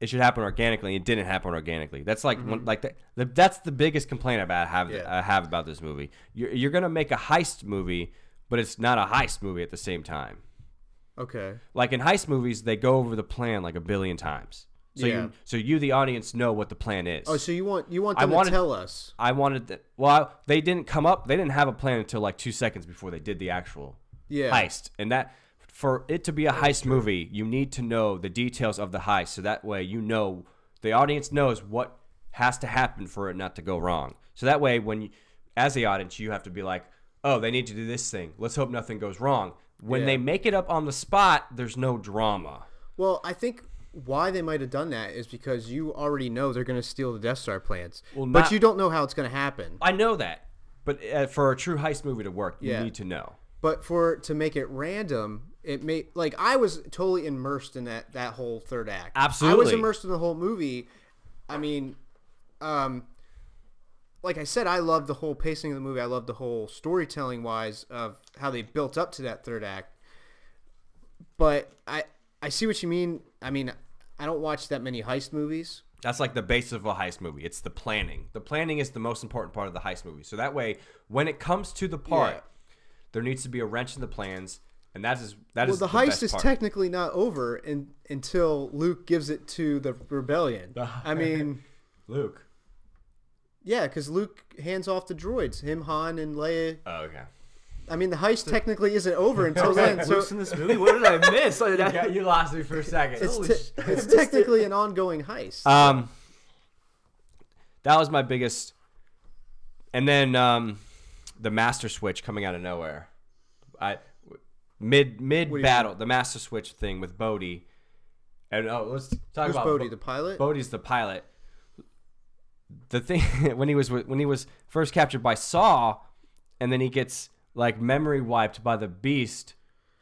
C: it should happen organically. It didn't happen organically. That's like one, like the, the, that's the biggest complaint about have
D: Mm-hmm. Yeah.
C: I have about this movie. You're, you're gonna make a heist movie, but it's not a heist movie at the same time.
D: Okay.
C: Like in heist movies, they go over the plan like a billion times. So
D: Yeah.
C: you, so you, the audience, know what the plan is.
D: Oh, so you want you want
C: I
D: them
C: wanted-
D: to tell us?
C: I wanted that. Well, I- they didn't come up. They didn't have a plan until like two seconds before they did the actual
D: Yeah.
C: heist. And that, for it to be a heist movie, you need to know the details of the heist. So that way, you know, the audience knows what has to happen for it not to go wrong. So that way, when you, as the audience, you have to be like, oh, they need to do this thing. Let's hope nothing goes wrong. When
D: Yeah.
C: they make it up on the spot, there's no drama.
D: Well, I think why they might have done that is because you already know they're going to steal the Death Star plans,
C: Well,
D: but
C: not-
D: you don't know how it's going to happen.
C: I know that. But uh, for a true heist movie to work, you
D: Yeah.
C: need to know.
D: But for to make it random, it made like I was totally immersed in that that whole third act. I was
C: Absolutely.
D: immersed in the whole movie. I mean, um, like I said, I loved the whole pacing of the movie. I loved the whole storytelling wise of how they built up to that third act. But I I see what you mean. I mean, I don't watch that many heist movies.
C: That's like the basis of a heist movie. It's the planning. The planning is the most important part of the heist movie. So that way, when it comes to the part,
D: Yeah.
C: there needs to be a wrench in the plans, and that is that
D: Well,
C: is
D: the, heist
C: best
D: is
C: part.
D: technically not over in, until Luke gives it to the rebellion. I mean,
C: Luke.
D: yeah, because Luke hands off the droids, him, Han, and Leia.
C: Oh, okay.
D: I mean, the heist technically isn't over until then. So
E: Luke's in this movie. What did I miss? Like, that-
C: Yeah, you lost me for a second.
D: it's, te- it's technically an ongoing heist.
C: um, that was my biggest, and then um, the master switch coming out of nowhere. I mid mid battle the master switch thing with Bodhi, and oh, let's talk
D: Who's
C: about
D: Bodhi,
C: Bo-
D: the pilot?
C: Bodhi's the pilot. The thing when he was when he was first captured by Saw, and then he gets like memory wiped by the Beast,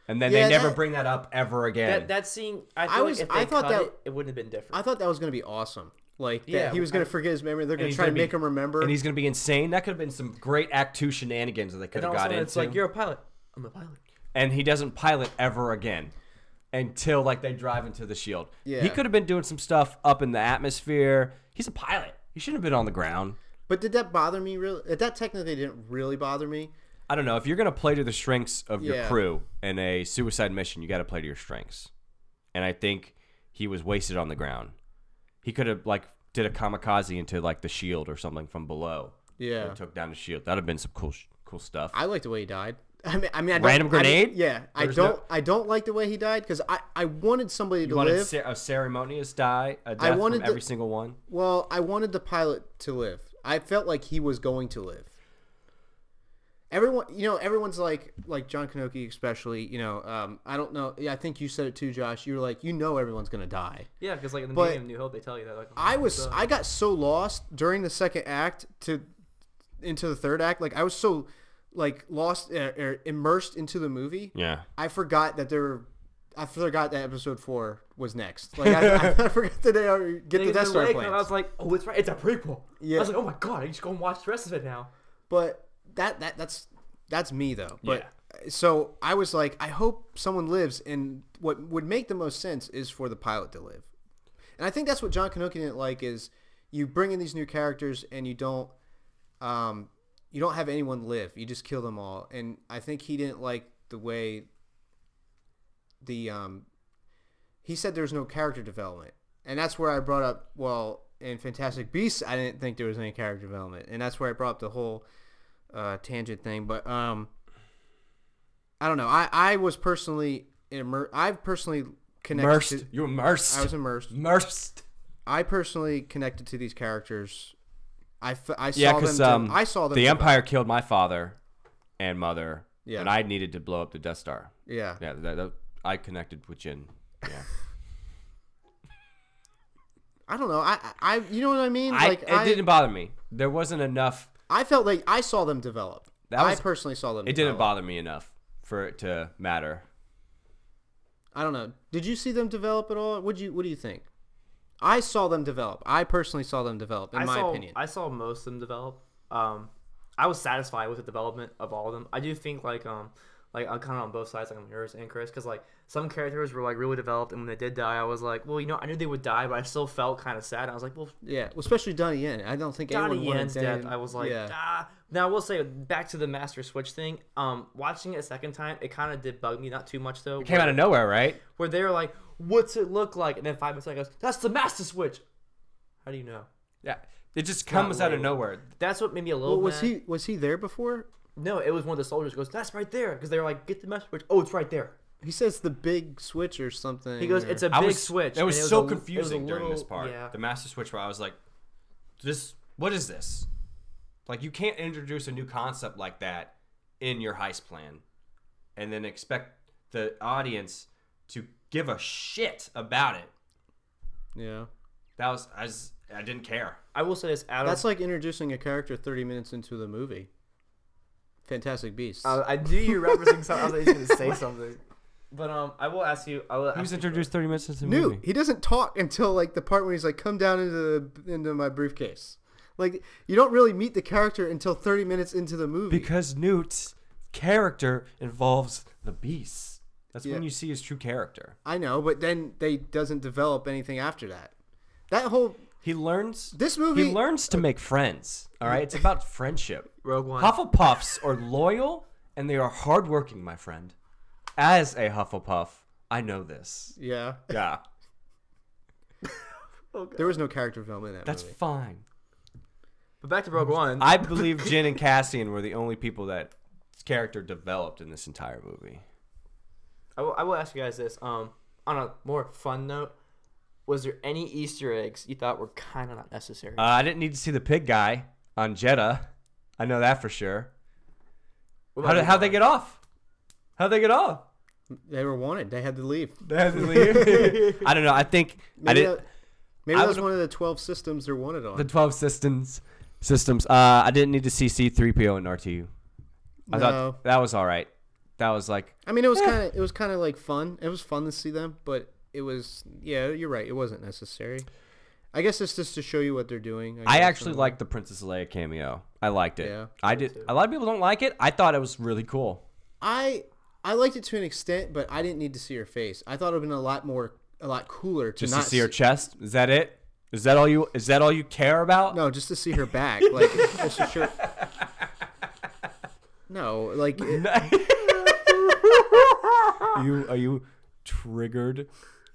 C: and then
D: Yeah,
C: they never
D: that-
C: bring that up ever again.
E: that, that scene, I, feel
D: I
E: like
D: was-
E: if they
D: I thought
E: cut
D: that-
E: it, it wouldn't have been different.
D: I thought that was going to be awesome. Like, that
E: Yeah,
D: he was going
E: I-
D: to forget his memory. They're going
C: he's
D: to try to
C: gonna be-
D: make him remember.
C: and he's gonna be insane. That could have been some great Act Two shenanigans that they could have
E: and also,
C: got into.
E: it's like you're a pilot. I'm a pilot.
C: and he doesn't pilot ever again until like they drive into the shield.
D: Yeah.
C: He could have been doing some stuff up in the atmosphere. He's a pilot. He shouldn't have been on the ground.
D: but did that bother me? Really? That technically didn't really bother me.
C: I don't know. If you're gonna play to the strengths of your
D: Yeah.
C: crew in a suicide mission, you got to play to your strengths. And I think he was wasted on the ground. He could have like did a kamikaze into like the shield or something from below.
D: Yeah.
C: And took down the shield. That'd have been some cool, sh- cool stuff.
D: I like the way he died. I mean, I mean, I don't,
C: Random
D: I mean,
C: grenade?
D: yeah, I
C: There's
D: don't,
C: no-
D: I don't like the way he died because I, I wanted somebody to
C: you wanted
D: live.
C: cer- a ceremonious die, a death
D: wanted
C: from
D: to-
C: every single one.
D: well, I wanted the pilot to live. I felt like he was going to live. Everyone, you know, everyone's like, like John Kanoki especially. You know, um, I don't know. Yeah, I think you said it too, Josh. You were like, you know, everyone's gonna die.
E: Yeah, because like in the
D: But-
E: beginning of New Hope, they tell you that. Like,
D: I was I got so lost during the second act to into the third act. Like I was so like lost er, er, immersed into the movie.
C: Yeah.
D: I forgot that there. Were, I forgot that episode four was next. Like I, I forgot that they already get the Death Star
E: I was
D: plans.
E: like, oh, it's right. It's a prequel.
D: Yeah.
E: I was like, oh my god, I just go and watch the rest of it now.
D: But that that that's that's me though. But
C: Yeah.
D: so I was like, I hope someone lives. And what would make the most sense is for the pilot to live. And I think that's what John Canuckin didn't like is you bring in these new characters and you don't um, you don't have anyone live. You just kill them all. And I think he didn't like the way the um, he said there was no character development, and that's where I brought up. Well, in Fantastic Beasts, I didn't think there was any character development, and that's where I brought up the whole uh, tangent thing. But um, I don't know. I I was personally immer- I've personally connected.
C: Immersed.
D: to-
C: You immersed.
D: I was immersed.
C: immersed.
D: I personally connected to these characters. I, f- I saw
C: Yeah,
D: them.
C: because
D: do-
C: um,
D: I saw them.
C: The
D: do-
C: Empire killed my father and mother,
D: Yeah.
C: and I needed to blow up the Death Star.
D: Yeah.
C: Yeah, that, that, I connected with Jin. Yeah,
D: I don't know. I, I, I- you know what I mean?
C: I,
D: like
C: it
D: I,
C: didn't bother me. There wasn't enough.
D: I felt like I saw them develop.
C: That was-
D: I personally saw them.
C: It didn't
D: develop.
C: bother me enough for it to matter.
D: I don't know. Did you see them develop at all? Would you? What do you think? I saw them develop. I personally saw them develop. In
E: I
D: my
E: saw,
D: opinion,
E: I saw most of them develop. Um, I was satisfied with the development of all of them. I do think like um, Like I'm kind of on both sides, like I'm yours and Chris, because like some characters were like really developed, and when they did die, I was like, well, you know, I knew they would die, but I still felt kind of sad. I was like, well,
D: Yeah, well, especially Donnie Yen. I don't think anyone
E: Donnie
D: wanted
E: Yen's
D: Dan-
E: death, I was like,
D: yeah.
E: ah. Now I will say, back to the Master Switch thing. Um, watching it a second time, it kind of did bug me, not too much though.
C: Came out of nowhere, right?
E: where they were like, "What's it look like?" And then five minutes later, goes, "That's the Master Switch." How do you know?
C: Yeah. It just comes out of nowhere.
E: That's what made me a little.
D: well, was
E: mad.
D: he was he there before?
E: No, it was one of the soldiers goes, "That's right there," because they were like, "Get the Master Switch." Oh, it's right there.
D: He says the big switch or something.
E: He goes,
D: or-
E: "It's a big
C: I was
E: switch."
C: That was,
E: and it
C: so
E: a- it was a
C: confusing during this
E: little-
C: part.
E: Yeah.
C: The master switch where I was like, this what is this? Like you can't introduce a new concept like that in your heist plan and then expect the audience to give a shit about it.
D: yeah.
C: That was I was, I didn't care.
E: I will say this, Adam.
D: That's like introducing a character 30 minutes into the movie. Fantastic Beasts.
E: uh, I, I knew you were referencing something. I was like, he's gonna say something. But um, I will ask you. I will.
C: He was
E: ask you-
C: introduced 30 minutes into the
D: New.
C: movie.
D: He doesn't talk until like the part where he's like, "Come down into the into my briefcase." Like you don't really meet the character until 30 minutes into the movie.
C: Because Newt's character involves the beast. That's
D: Yeah.
C: when you see his true character.
D: I know, but then they doesn't develop anything after that. That whole
C: He learns
D: This movie-
C: He learns to make friends. All right, it's about friendship.
E: Rogue One.
C: Hufflepuffs are loyal and they are hardworking, my friend. As a Hufflepuff, I know this.
D: yeah,
C: Yeah,
D: there was no character development in that
C: that's
D: movie.
C: fine.
E: But back to Rogue One.
C: I believe Jin and Cassian were the only people that character developed in this entire movie.
E: I will, I will ask you guys this. Um, on a more fun note, was there any Easter eggs you thought were kind of not necessary?
C: Uh, I didn't need to see the pig guy on Jeddah. I know that for sure.
E: What
C: How
E: about
C: did,
E: you,
C: how'd they
E: Brian?
C: get off? How'd they get off?
D: They were wanted. They had to leave.
C: They had to leave. I don't know. I think I
D: Maybe
C: didn't.
D: that, maybe
C: I
D: that was
C: would've-
D: one of the 12 systems they're wanted on.
C: the 12 systems systems uh i didn't need to see c3po and r2 i
D: No.
C: thought that was all right that was like
D: I mean, it was kind of it was kind of like fun. It was fun to see them, but it was yeah, you're right. It wasn't necessary. I guess it's just to show you what they're doing.
C: i
D: guess,
C: actually
D: don't know.
C: liked the princess leia cameo i liked it
D: Yeah.
C: i did a lot of people don't like it i thought it was really cool
D: I I liked it to an extent, but I didn't need to see her face. I thought it would have been a lot more a lot cooler to
C: just
D: not
C: to see her chest is that it is that all you is that all you care about
D: No, just to see her back. Like just to show. No, like it-
C: you are you triggered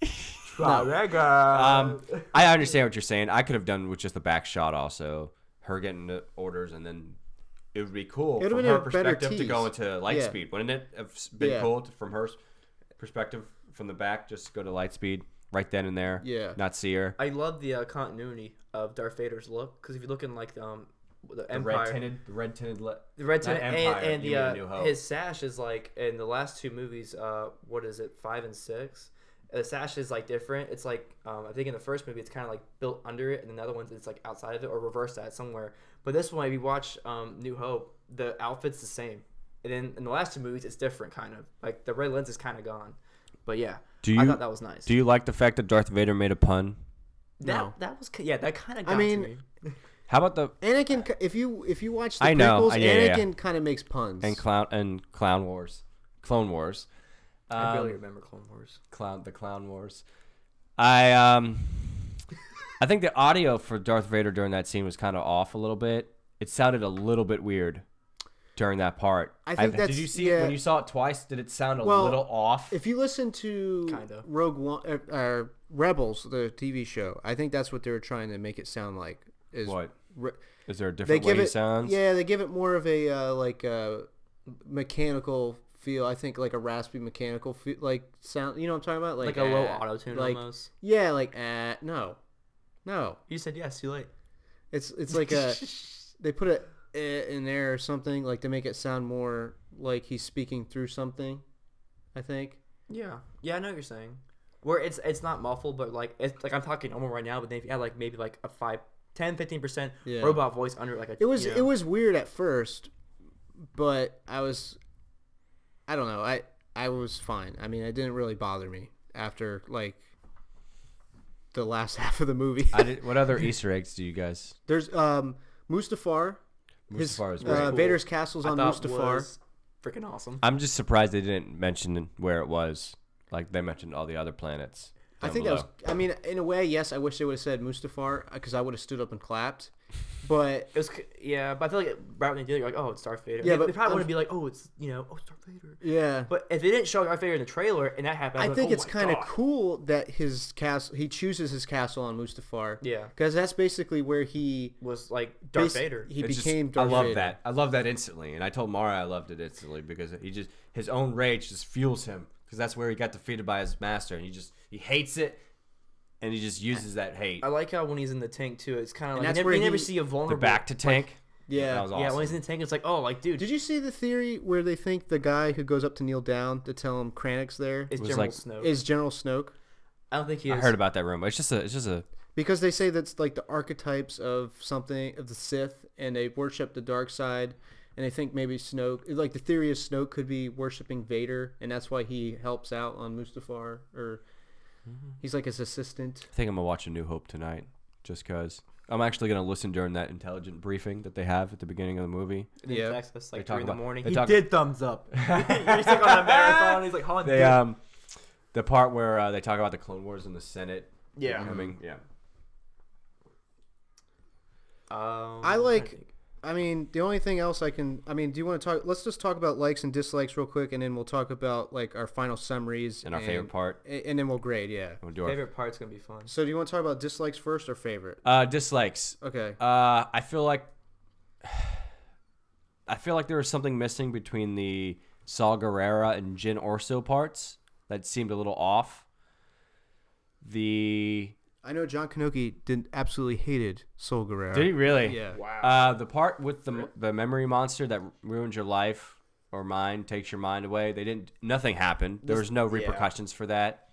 E: Trigger.
C: um i understand what you're saying i could have done with just the back shot also her getting the orders and then it would be cool
D: It would've
C: from
D: been
C: her
D: a better
C: perspective to go
D: tease.
C: into light
D: Yeah.
C: speed wouldn't it have s- been
D: Yeah.
C: cool to, from her s- perspective from the back just go to light speed right then and there
D: Yeah.
C: not see her
E: I love the uh, continuity of Darth Vader's look because if you look in like um, the
C: the
E: Empire,
C: red tinted the red tinted le-
E: the red
C: not
E: tinted,
C: Empire,
E: and, and
C: you
E: the
C: mean
E: uh,
C: New Hope.
E: his sash is like in the last two movies. Uh, what is it? Five and six. The sash is like different. It's like um, I think in the first movie it's kind of like built under it, and another one it's like outside of it or reverse that somewhere. But this one, if you watch um, New Hope, the outfit's the same, and then in the last two movies it's different, kind of like the red lens is kind of gone. But yeah,
C: Do
E: I
C: you-
E: thought that was nice.
C: do you like the fact that darth vader made a pun
E: that
D: No.
E: that was ki- yeah that kind of got
D: mean,
E: to me.
C: how about the
D: Anakin. ki- If you if you watch the
C: I know,
D: prequels,
C: I- yeah, yeah, yeah.
D: Anakin kind of makes puns.
C: and clown and clown wars clone wars
E: I
C: Um,
E: barely remember Clone Wars.
C: clown the clown wars i um i think the audio for darth vader during that scene was kind of off a little bit it sounded a little bit weird during that part
D: I think
C: did
D: that's-
C: you see it
D: yeah.
C: when you saw it twice did it sound a
D: Well,
C: little off
D: if you listen to
E: Kinda.
D: Rogue One, uh, uh, Rebels, the TV show, I think that's what they were trying to make it sound like. Is
C: What?
D: re-
C: is there a
D: they
C: different way
D: give
C: he
D: it?
C: sounds
D: Yeah, they give it more of a uh, like uh, mechanical feel. I think like a raspy mechanical feel, like sound. You know what I'm talking about? Like,
E: Like a low
D: uh,
E: auto tune
D: like-
E: almost.
D: Yeah, like uh, no, no.
E: You said yes, too late.
D: It's it's like a they put a eh in there or something like to make it sound more like he's speaking through something. I think.
E: Yeah, yeah, I know what you're saying. Where it's it's not muffled, but like it's like I'm talking normal right now, but then if you add like maybe like a five, 10, 15 percent
D: Yeah.
E: robot voice under like a
D: It was
E: you know,
D: it was weird at first, but I was I don't know. I I was fine. I mean, it didn't really bother me after like the last half of the movie.
C: I did, what other easter eggs do you guys
D: There's um Mustafar.
C: Mustafar is
D: uh,
C: great.
D: Vader's castle's on
E: thought
D: Mustafar.
E: was freaking awesome.
C: I'm just surprised they didn't mention where it was. Like they mentioned all the other planets.
D: I
C: down
D: think
C: below.
D: that was. I mean, in a way, yes. I wish they would have said Mustafar because I would have stood up and clapped. But
E: It was c- yeah, but I feel like it, right when they did it, you're like, oh, it's Darth Vader.
D: Yeah,
E: they,
D: but
E: they probably
D: I'm-
E: want to be like, oh, it's you know, oh, it's Darth Vader.
D: yeah,
E: But if they didn't show Darth Vader in the trailer and that happened,
D: I
E: I'd be
D: think
E: like,
D: it's
E: oh
D: kind of cool
E: cool.
D: that his castle. He chooses his castle on Mustafar.
E: Yeah.
D: because that's basically where he.
E: was like Darth
D: basi-
E: Vader.
D: He
C: It's just-
D: became Darth
C: I love
D: Vader.
C: that. I love that instantly, and I told Mara I loved it instantly because he just his own rage just fuels him because that's where he got defeated by his master, and he just he hates it, and he just uses that hate.
E: I like how when he's in the tank too, it's kind of like you
D: that's
E: never,
D: where
E: you never
D: he-
E: see a vulnerable
C: The back to tank.
D: Yeah.
C: that was
E: Yeah, when
C: awesome.
E: he's in the tank, it's like, oh, like dude,
D: Did you see the theory where they think the guy who goes up to kneel down to tell him Kranix there
E: it's
C: was
E: General
C: like-
E: Snow.
D: is General Snoke?
E: I don't think he
C: I
E: is.
C: heard about that rumor. It's just a it's just a
D: Because they say that's like the archetypes of something of the Sith, and they worship the dark side, and they think maybe Snoke, like the theory is Snoke could be worshiping Vader, and that's why he helps out on Mustafar, or he's like his assistant.
C: I think I'm gonna watch A New Hope tonight, just cause I'm actually gonna listen during that intelligent briefing that they have at the beginning of the movie.
E: And then
D: Yeah.
E: text us, like
C: They talk
E: three in the
C: about-
E: morning.
C: they
E: He
C: talk-
E: did thumbs up. he's like on a marathon. He's like hauling
C: They
E: dick.
C: um, the part where uh, they talk about the Clone Wars and the Senate.
E: Yeah.
C: becoming- yeah.
E: Um,
D: I like.
E: think-
D: I mean, the only thing else I can. I mean, do you want to talk? Let's just talk about likes and dislikes real quick, and then we'll talk about like our final summaries
C: And our favorite part.
D: a- And then we'll grade, yeah.
C: I'm gonna do our-
E: favorite part's gonna be fun.
D: So, do you want to talk about dislikes first or favorite?
C: Uh, dislikes.
D: Okay.
C: Uh, I feel like I feel like there was something missing between the Saw Gerrera and Jin Orso parts that seemed a little off. The
D: I know John Kanoki did absolutely hated Sol Guerrero.
C: did he really?
D: Yeah. Wow.
C: Uh, the part with the the memory monster that ruins your life or mine takes your mind away. They didn't. Nothing happened. There was no repercussions for that.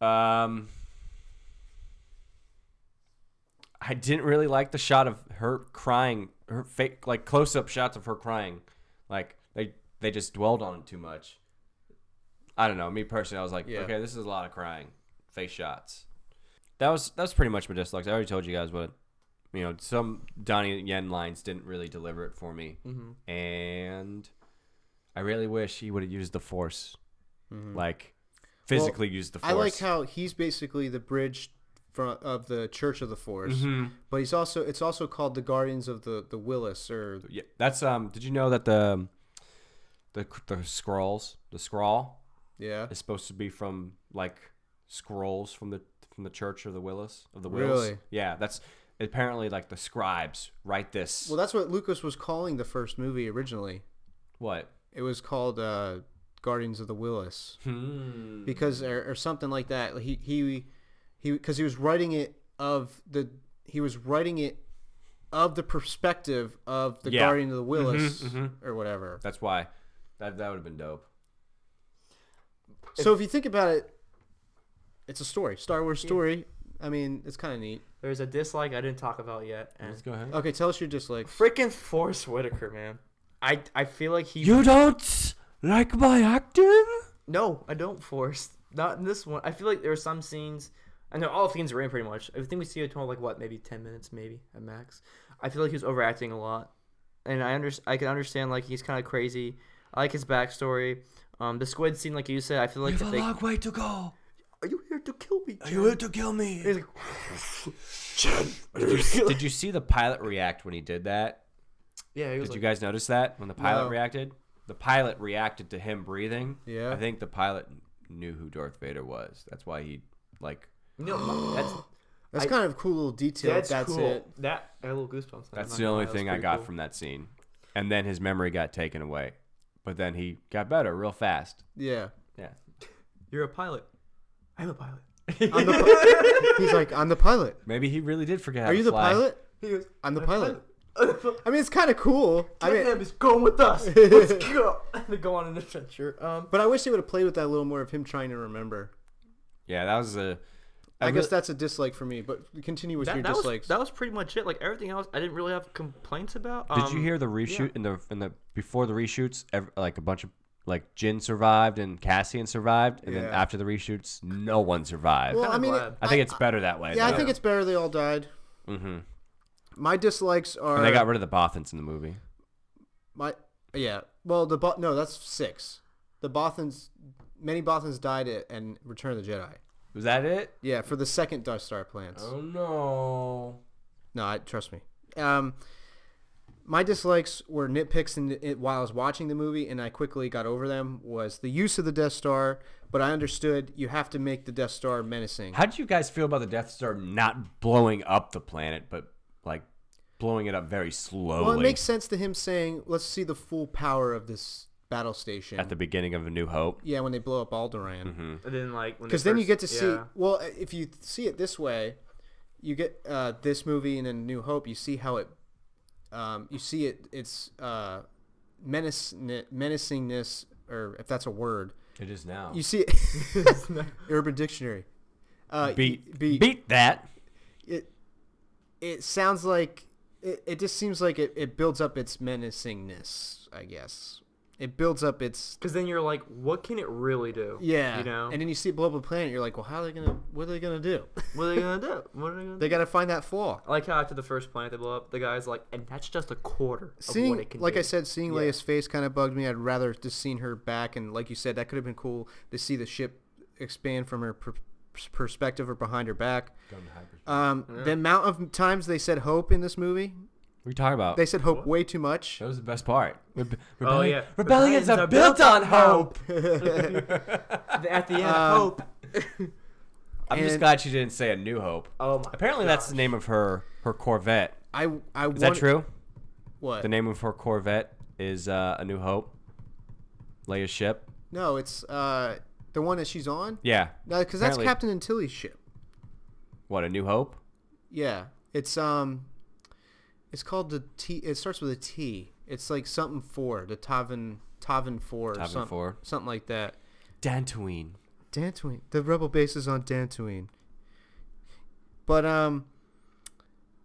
C: Um, I didn't really like the shot of her crying. Her fake like close up shots of her crying. Like they they just dwelled on it too much. I don't know. Me personally, I was like,
D: Yeah.
C: okay, this is a lot of crying. Face shots. That was that was pretty much my dislikes. I already told you guys what you know, some Donnie Yen lines didn't really deliver it for me,
D: Mm-hmm.
C: and I really wish he would have used the force, like physically used the force.
D: Mm-hmm. I like how he's basically the bridge from, of the Church of the Force,
C: Mm-hmm.
D: but he's also it's also called the Guardians of the the Willis or
C: yeah, that's um. Did you know that the the the scrolls, the scrawl,
D: yeah.
C: is supposed to be from like scrolls from the from the Church of the Willis of the Wills?
D: Really?
C: Yeah, that's apparently like the scribes write this.
D: Well, that's what Lucas was calling the first movie originally.
C: what?
D: It was called uh, Guardians of the Willis
C: Hmm.
D: because or, or something like that. He he he because he was writing it of the he was writing it of the perspective of the
C: Yeah. Mm-hmm,
D: Guardian of the Willis or whatever.
C: That's why. That that would have been dope.
D: So if you think about it, it's a story, Star Wars story. I mean, it's kind of neat.
E: There's a dislike I didn't talk about yet. And
C: Go ahead.
D: Okay, tell us your dislike.
E: freaking Forrest Whitaker, man. I I feel like he.
C: You don't like my acting?
E: No, I don't force. Not in this one. I feel like there are some scenes. I know all the scenes were in pretty much. I think we see a total of, like what, maybe ten minutes, maybe at max. I feel like he was overacting a lot, and I under I can understand like he's kind of crazy. I like his backstory. Um, the squid scene, like you said, I feel like if they, are
C: way to go.
E: you here to kill me? Jim?"
C: here to kill me?
E: He's like,
C: Did you see the pilot react when he did that?
E: yeah, he was
C: Did you
E: like,
C: guys notice that when the pilot
D: No.
C: reacted? The pilot reacted to him breathing.
D: Yeah.
C: I think the pilot knew who Darth Vader was. That's why he like.
E: no, that's
D: That's
E: I-
D: kind of a cool little detail.
E: that's,
D: That's, that's
E: cool.
D: it.
E: That I had a little goosebumps. on it, I'm
C: That's
E: not
C: the
E: gonna lie,
C: only
E: that was
C: thing I
E: pretty
C: got
E: cool.
C: from that scene. And then his memory got taken away, but then he got better real fast.
D: Yeah.
C: Yeah.
E: You're a pilot. I'm a pilot.
D: I'm the pi- He's like, I'm the pilot.
C: Maybe he really did forget. how
D: Are
C: to
D: you the
C: fly.
D: pilot?
E: He was,
D: I'm the pilot. I mean, it's kind of cool. I mean,
E: is going with us. Let's go. to go on an adventure. Um,
D: but I wish they would have played with that a little more of him trying to remember.
C: Yeah, that was a.
D: I,
C: I
D: guess
C: really-
D: that's a dislike for me. But continue with your
E: that, that was
D: dislikes.
E: that was pretty much it. Like everything else, I didn't really have complaints about.
C: Did you
E: Um,
C: hear the reshoot in the in the before the reshoots? Ev like a bunch of like Jin survived and Cassian survived, and then
D: Yeah.
C: after the reshoots, no one survived.
D: well, I mean,
E: glad.
C: I think it's better that way.
D: yeah, I
C: though.
D: think it's better they all died. Mm-hmm. My dislikes are
C: And they got rid of the Bothans in the movie.
D: my Yeah. Well, the Bo- no, that's six. The Bothans, many Bothans died at and Return of the Jedi.
C: Was that it?
D: Yeah, for the second Darth Star plans.
C: Oh no.
D: No, I, trust me. Um, my dislikes were nitpicks in it while I was watching the movie, and I quickly got over them. Was the use of the Death Star, but I understood you have to make the Death Star menacing.
C: How did you guys feel about the Death Star not blowing up the planet, but like blowing it up very slowly
D: Well, it makes sense to him saying, "Let's see the full power of this battle station."
C: at the Mm-hmm. beginning of A New Hope?
D: yeah, when they blow up Alderaan.
E: And then like when they
D: because then you
E: first-
D: get to see
E: yeah.
D: well if you see it this way you get uh, this movie and then new hope you see how it um, you see it it's uh, menace menacingness or if that's a word
C: It is now.
D: you see it urban dictionary uh,
C: beat,
D: beat.
C: beat that.
D: it it sounds like it, it just seems like it, it builds up its menacingness i guess it builds up its
E: Because then you're like, what can it really do?
D: yeah
E: You know?
D: and then you see blow up a planet you're like well how are they gonna what are they gonna do
E: what are they going to do? What are they going to do?
D: they gotta find that flaw
E: I like how after the first planet they blow up, the guy's like, and that's just a quarter of
D: seeing,
E: what it can
D: like
E: do.
D: I said, seeing Leia's face kind of bugged me. I'd rather just seen her back, and like you said, that could have been cool to see the ship expand from her per- perspective or behind her back. Um, The amount of times they said hope in this movie,
C: What are you talking about?
D: they said hope way too much.
C: that was the best part. Rebe-
E: Oh,
C: rebellion-
E: yeah.
C: Rebellions are built on hope.
E: at the end, hope.
C: I'm just
D: And-
C: glad she didn't say A New Hope.
E: Oh my
C: Um, Apparently, that's the name of her her Corvette.
D: I I
C: Is that true?
D: What?
C: The name of her Corvette is uh, A New Hope. Leia's ship.
D: No, it's uh the one that she's on.
C: Yeah.
D: No, because that's
C: Apparently-
D: Captain Antilles' ship.
C: What? A New Hope.
D: Yeah, it's um, it's called the T. It starts with a T. It's like something four, the Tavin Tavin four, or
C: Tavern
D: something,
C: four.
D: something like that.
C: Dantooine.
D: Dantooine. The rebel base is on Dantooine. But um,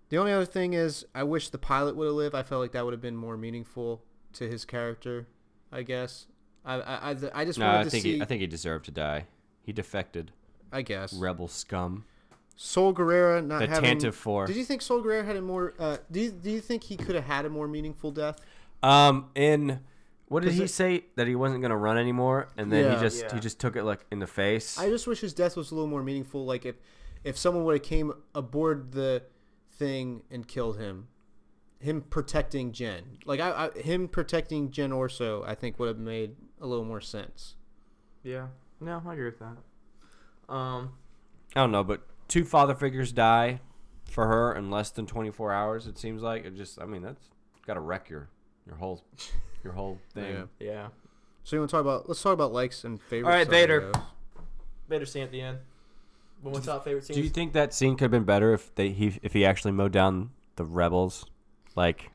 D: the only other thing is, I wish the pilot would have lived. I felt like that would have been more meaningful to his character. I guess. I I, I, I just
C: No,
D: wanted
C: I
D: to
C: think
D: see.
C: he, I think he deserved to die. He defected.
D: I guess.
C: Rebel scum.
D: Sol Guerrera not
C: The
D: having.
C: Tantive IV.
D: Did you think Sol Guerrera had a more? Uh, do you, do you think he could have had a more meaningful death?
C: Um, in what did
D: Is
C: he
D: it-
C: say that he wasn't gonna run anymore, and then
D: Yeah.
C: he just
E: Yeah.
C: he just took it like in the face.
D: I just wish his death was a little more meaningful. Like if if someone would have came aboard the thing and killed him, him protecting Jen, like I, I him protecting Jen Orso, I think would have made a little more sense.
E: Yeah. No, I agree with that. Um,
C: I don't know, but two father figures die for her in less than 24 hours. It seems like it just. I mean, that's got to wreck your your whole your whole thing.
D: Yeah.
E: yeah.
D: So you want to talk about? Let's talk about likes and favorites.
E: All right,
D: of
E: Vader.
D: those.
E: Better scene at the end. But what's our favorite scene?
C: Do you think that scene could have been better if they he if he actually mowed down the rebels, like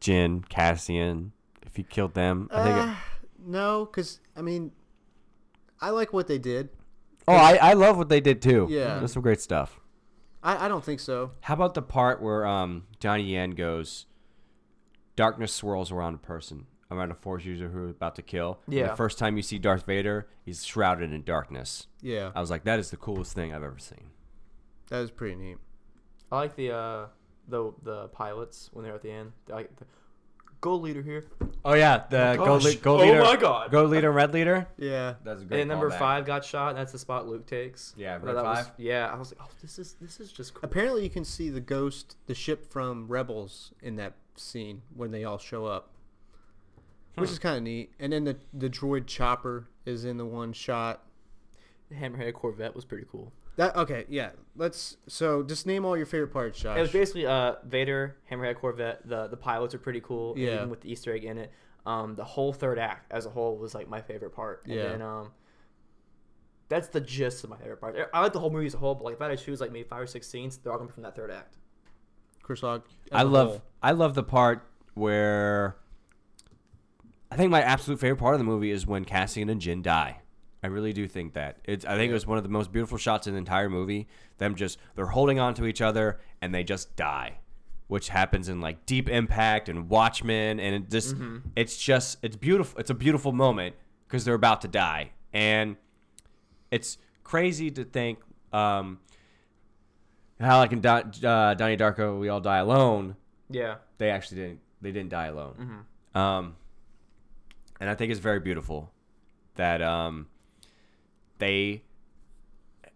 C: Jin, Cassian? If he killed them, I think. it,
D: Ah. No, because I mean, I like what they did.
C: oh, I I love what they did too.
D: Yeah.
C: there's some great stuff.
D: I, I don't think so.
C: How about the part where um, Donnie Yen goes, darkness swirls around a person, around a force user who is about to kill. and
E: Yeah.
C: the first time you see Darth Vader, he's shrouded in darkness.
D: Yeah,
E: Uh,
C: I was like, that is the coolest thing I've ever seen.
D: that was pretty neat.
E: I like the uh, the the pilots when they're at the end. I like the goal leader here.
C: Oh yeah, the
E: Oh,
C: gold,
E: gosh.
C: le- gold
E: Oh,
C: leader.
E: my God.
C: Gold leader, and red leader.
D: Yeah,
C: That's a great.
E: And number
C: callback.
E: five got shot. That's the spot Luke takes.
C: Yeah,
E: I thought
C: red
E: that was-
C: five.
E: yeah, I was like, oh, this is this is just cool.
D: Apparently, you can see the ghost, the ship from Rebels, in that scene when they all show up, which is kind of neat. And then the the droid chopper is in the one shot.
E: The Hammerhead Corvette was pretty cool.
D: That okay, yeah. Let's so just name all your favorite parts, Josh.
E: It was basically uh, Vader, Hammerhead Corvette. The the pilots are pretty cool.
D: Yeah.
E: Yeah. Even with the Easter egg in it, um, the whole third act as a whole was like my favorite part. And
D: Yeah.
E: Then, um, that's the gist of my favorite part. I like the whole movie as a whole, but like if I had to choose like maybe five or six scenes, they're all gonna be from that third act.
D: Chris Log.
C: I love I love the part where I think my absolute favorite part of the movie is when Cassian and Jin die. I really do think that. It's I think it was one of the most beautiful shots in the entire movie. Them just they're holding on to each other and they just die. Which happens in like Deep Impact and Watchmen and it just it's just it's beautiful it's a beautiful moment because they're about to die. And it's crazy to think um Halleck and Don, uh, Donnie Darko, we all die alone
E: Yeah.
C: they actually didn't they didn't die alone. Um, and I think it's very beautiful that um, they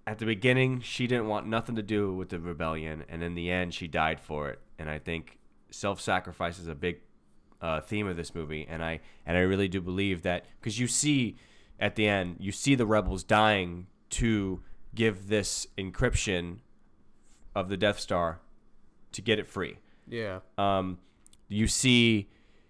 C: at the beginning she didn't want nothing to do with the rebellion, and in the end she died for it. And I think self-sacrifice is a big uh, theme of this movie, and I and I really do believe that because you see at the end you see the rebels dying to give this encryption of the Death Star to get it free
D: Yeah.
C: um, you see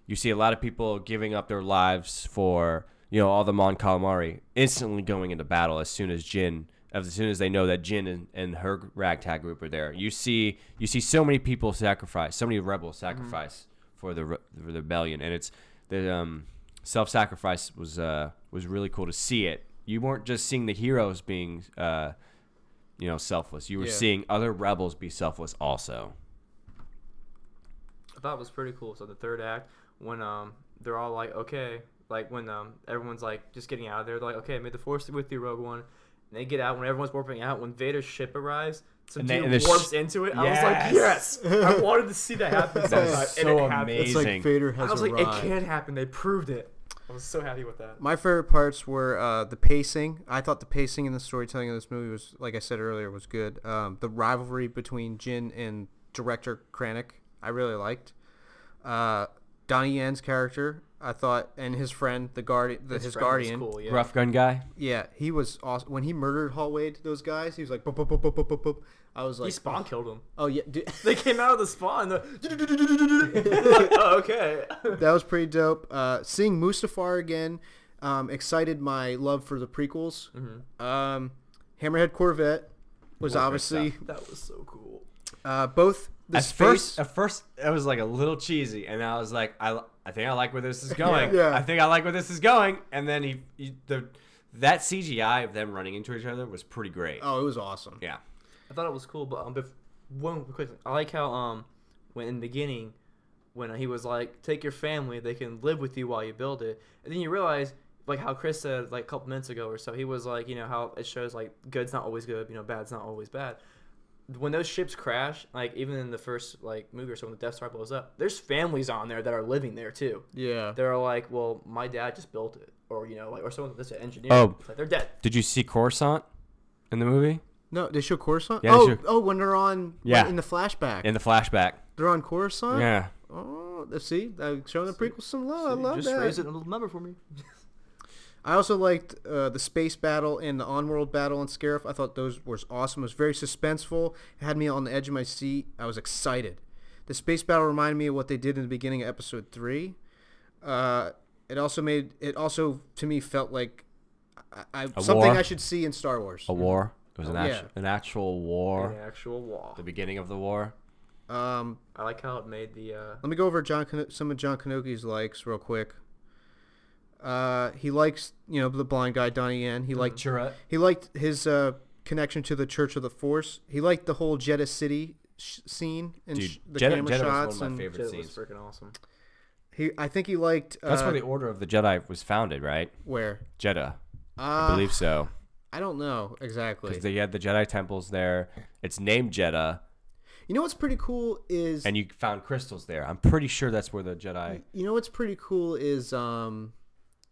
C: you see a lot of people giving up their lives for you know all the Mon Calamari instantly going into battle as soon as Jin as soon as they know that Jin and, and her ragtag group are there. You see you see so many people sacrifice, so many rebels sacrifice for the re- for the rebellion, and it's the um, self sacrifice was uh, was really cool to see it. You weren't just seeing the heroes being uh, you know selfless. You were
D: Yeah.
C: seeing other rebels be selfless also.
E: I thought it was pretty cool. So the third act, when um they're all like, okay, like when um everyone's like just getting out of there, they're like, okay, may the force be with you, Rogue One. And they get out when everyone's warping out. When Vader's ship arrives, some
C: And they-
E: dude
C: and the sh-
E: warps into it. I was like, yes, I wanted to see that happen. sometime.
C: is
E: And
C: so
E: it happened.
C: amazing.
D: It's like Vader has
E: I was like,
D: arrived.
E: it can happen. They proved it. I was so happy with that.
D: My favorite parts were uh, the pacing. I thought the pacing and the storytelling of this movie was, like I said earlier, was good. Um, the rivalry between Jin and director Kranich, I really liked. Uh, Donnie Yen's character, I thought, and his friend, the guardi- the, his,
E: friend was
D: guardian.
E: cool, yeah.
C: Rough gun guy.
D: Yeah, he was awesome. When he murdered Hallway to those guys, he was like, "Bup, bup, bup, bup, bup, bup, bup." I was
E: He
D: like,
E: spawn killed him.
D: oh yeah, dude.
E: They came out of the spawn. the- oh, okay.
D: that was pretty dope. Uh, seeing Mustafar again um, excited my love for the prequels. Um, Hammerhead Corvette was obviously
E: That was so cool.
D: uh, both the
C: at
D: space.
C: first, at first, it was like a little cheesy, and I was like, I, I think I like where this is going.
D: Yeah.
C: I think I like where this is going. And then he, he the, that CGI of them running into each other was pretty great.
D: oh, it was awesome.
C: Yeah,
E: I thought it was cool, but um, bef- one quick thing. I like how um, when in the beginning, when he was like, "Take your family; they can live with you while you build it," and then you realize, like how Chris said, like a couple minutes ago or so, he was like, you know, how it shows like good's not always good, you know, bad's not always bad. When those ships crash, like even in the first like movie or so, when the Death Star blows up, there's families on there that are living there too.
D: Yeah.
E: They're like, well, my dad just built it, or you know, like or someone that's an engineer.
C: Oh.
E: It's like, they're dead.
C: Did you see Coruscant in the movie
D: No, they show Coruscant.
C: Yeah, they
D: oh,
C: show-
D: oh, when they're on.
C: Yeah.
D: In the flashback,
C: in the flashback?
D: they're on Coruscant.
C: Yeah,
D: Oh, see, they're showing the prequels some love. I love
E: just
D: that.
E: raise it a little number for me.
D: I also liked uh, the space battle and the on-world battle in Scarif. I thought those were awesome. It was very suspenseful. It had me on the edge of my seat. I was excited. The space battle reminded me of what they did in the beginning of Episode Three. Uh, it also made it also to me felt like I, I, something
C: war?
D: I should see in Star Wars.
C: a war. It was an
D: Yeah.
C: actual, an actual war.
E: An actual wall.
C: The beginning of the war.
D: Um,
E: I like how it made the. Uh,
D: let me go over John Kano- some of John Kanoki's likes real quick. Uh, he likes you know the blind guy Donnie Yen. He liked He liked his uh, connection to the Church of the Force. He liked the whole Jeddah City sh- scene and
C: Dude,
D: sh- the
C: Jeddah-
D: camera
C: Jeddah was one
D: shots.
C: of my
D: and
C: favorite
E: Jedi was
C: scenes.
E: freaking awesome.
D: he, I think he liked uh,
C: That's where the Order of the Jedi was founded, right?
D: where.
C: Jeddah, I
D: Uh,
C: believe so.
D: I don't know exactly.
C: Because they had the Jedi temples there. It's named Jeddah.
D: you know what's pretty cool is
C: and you found crystals there. I'm pretty sure that's where the Jedi.
D: you know what's pretty cool is um,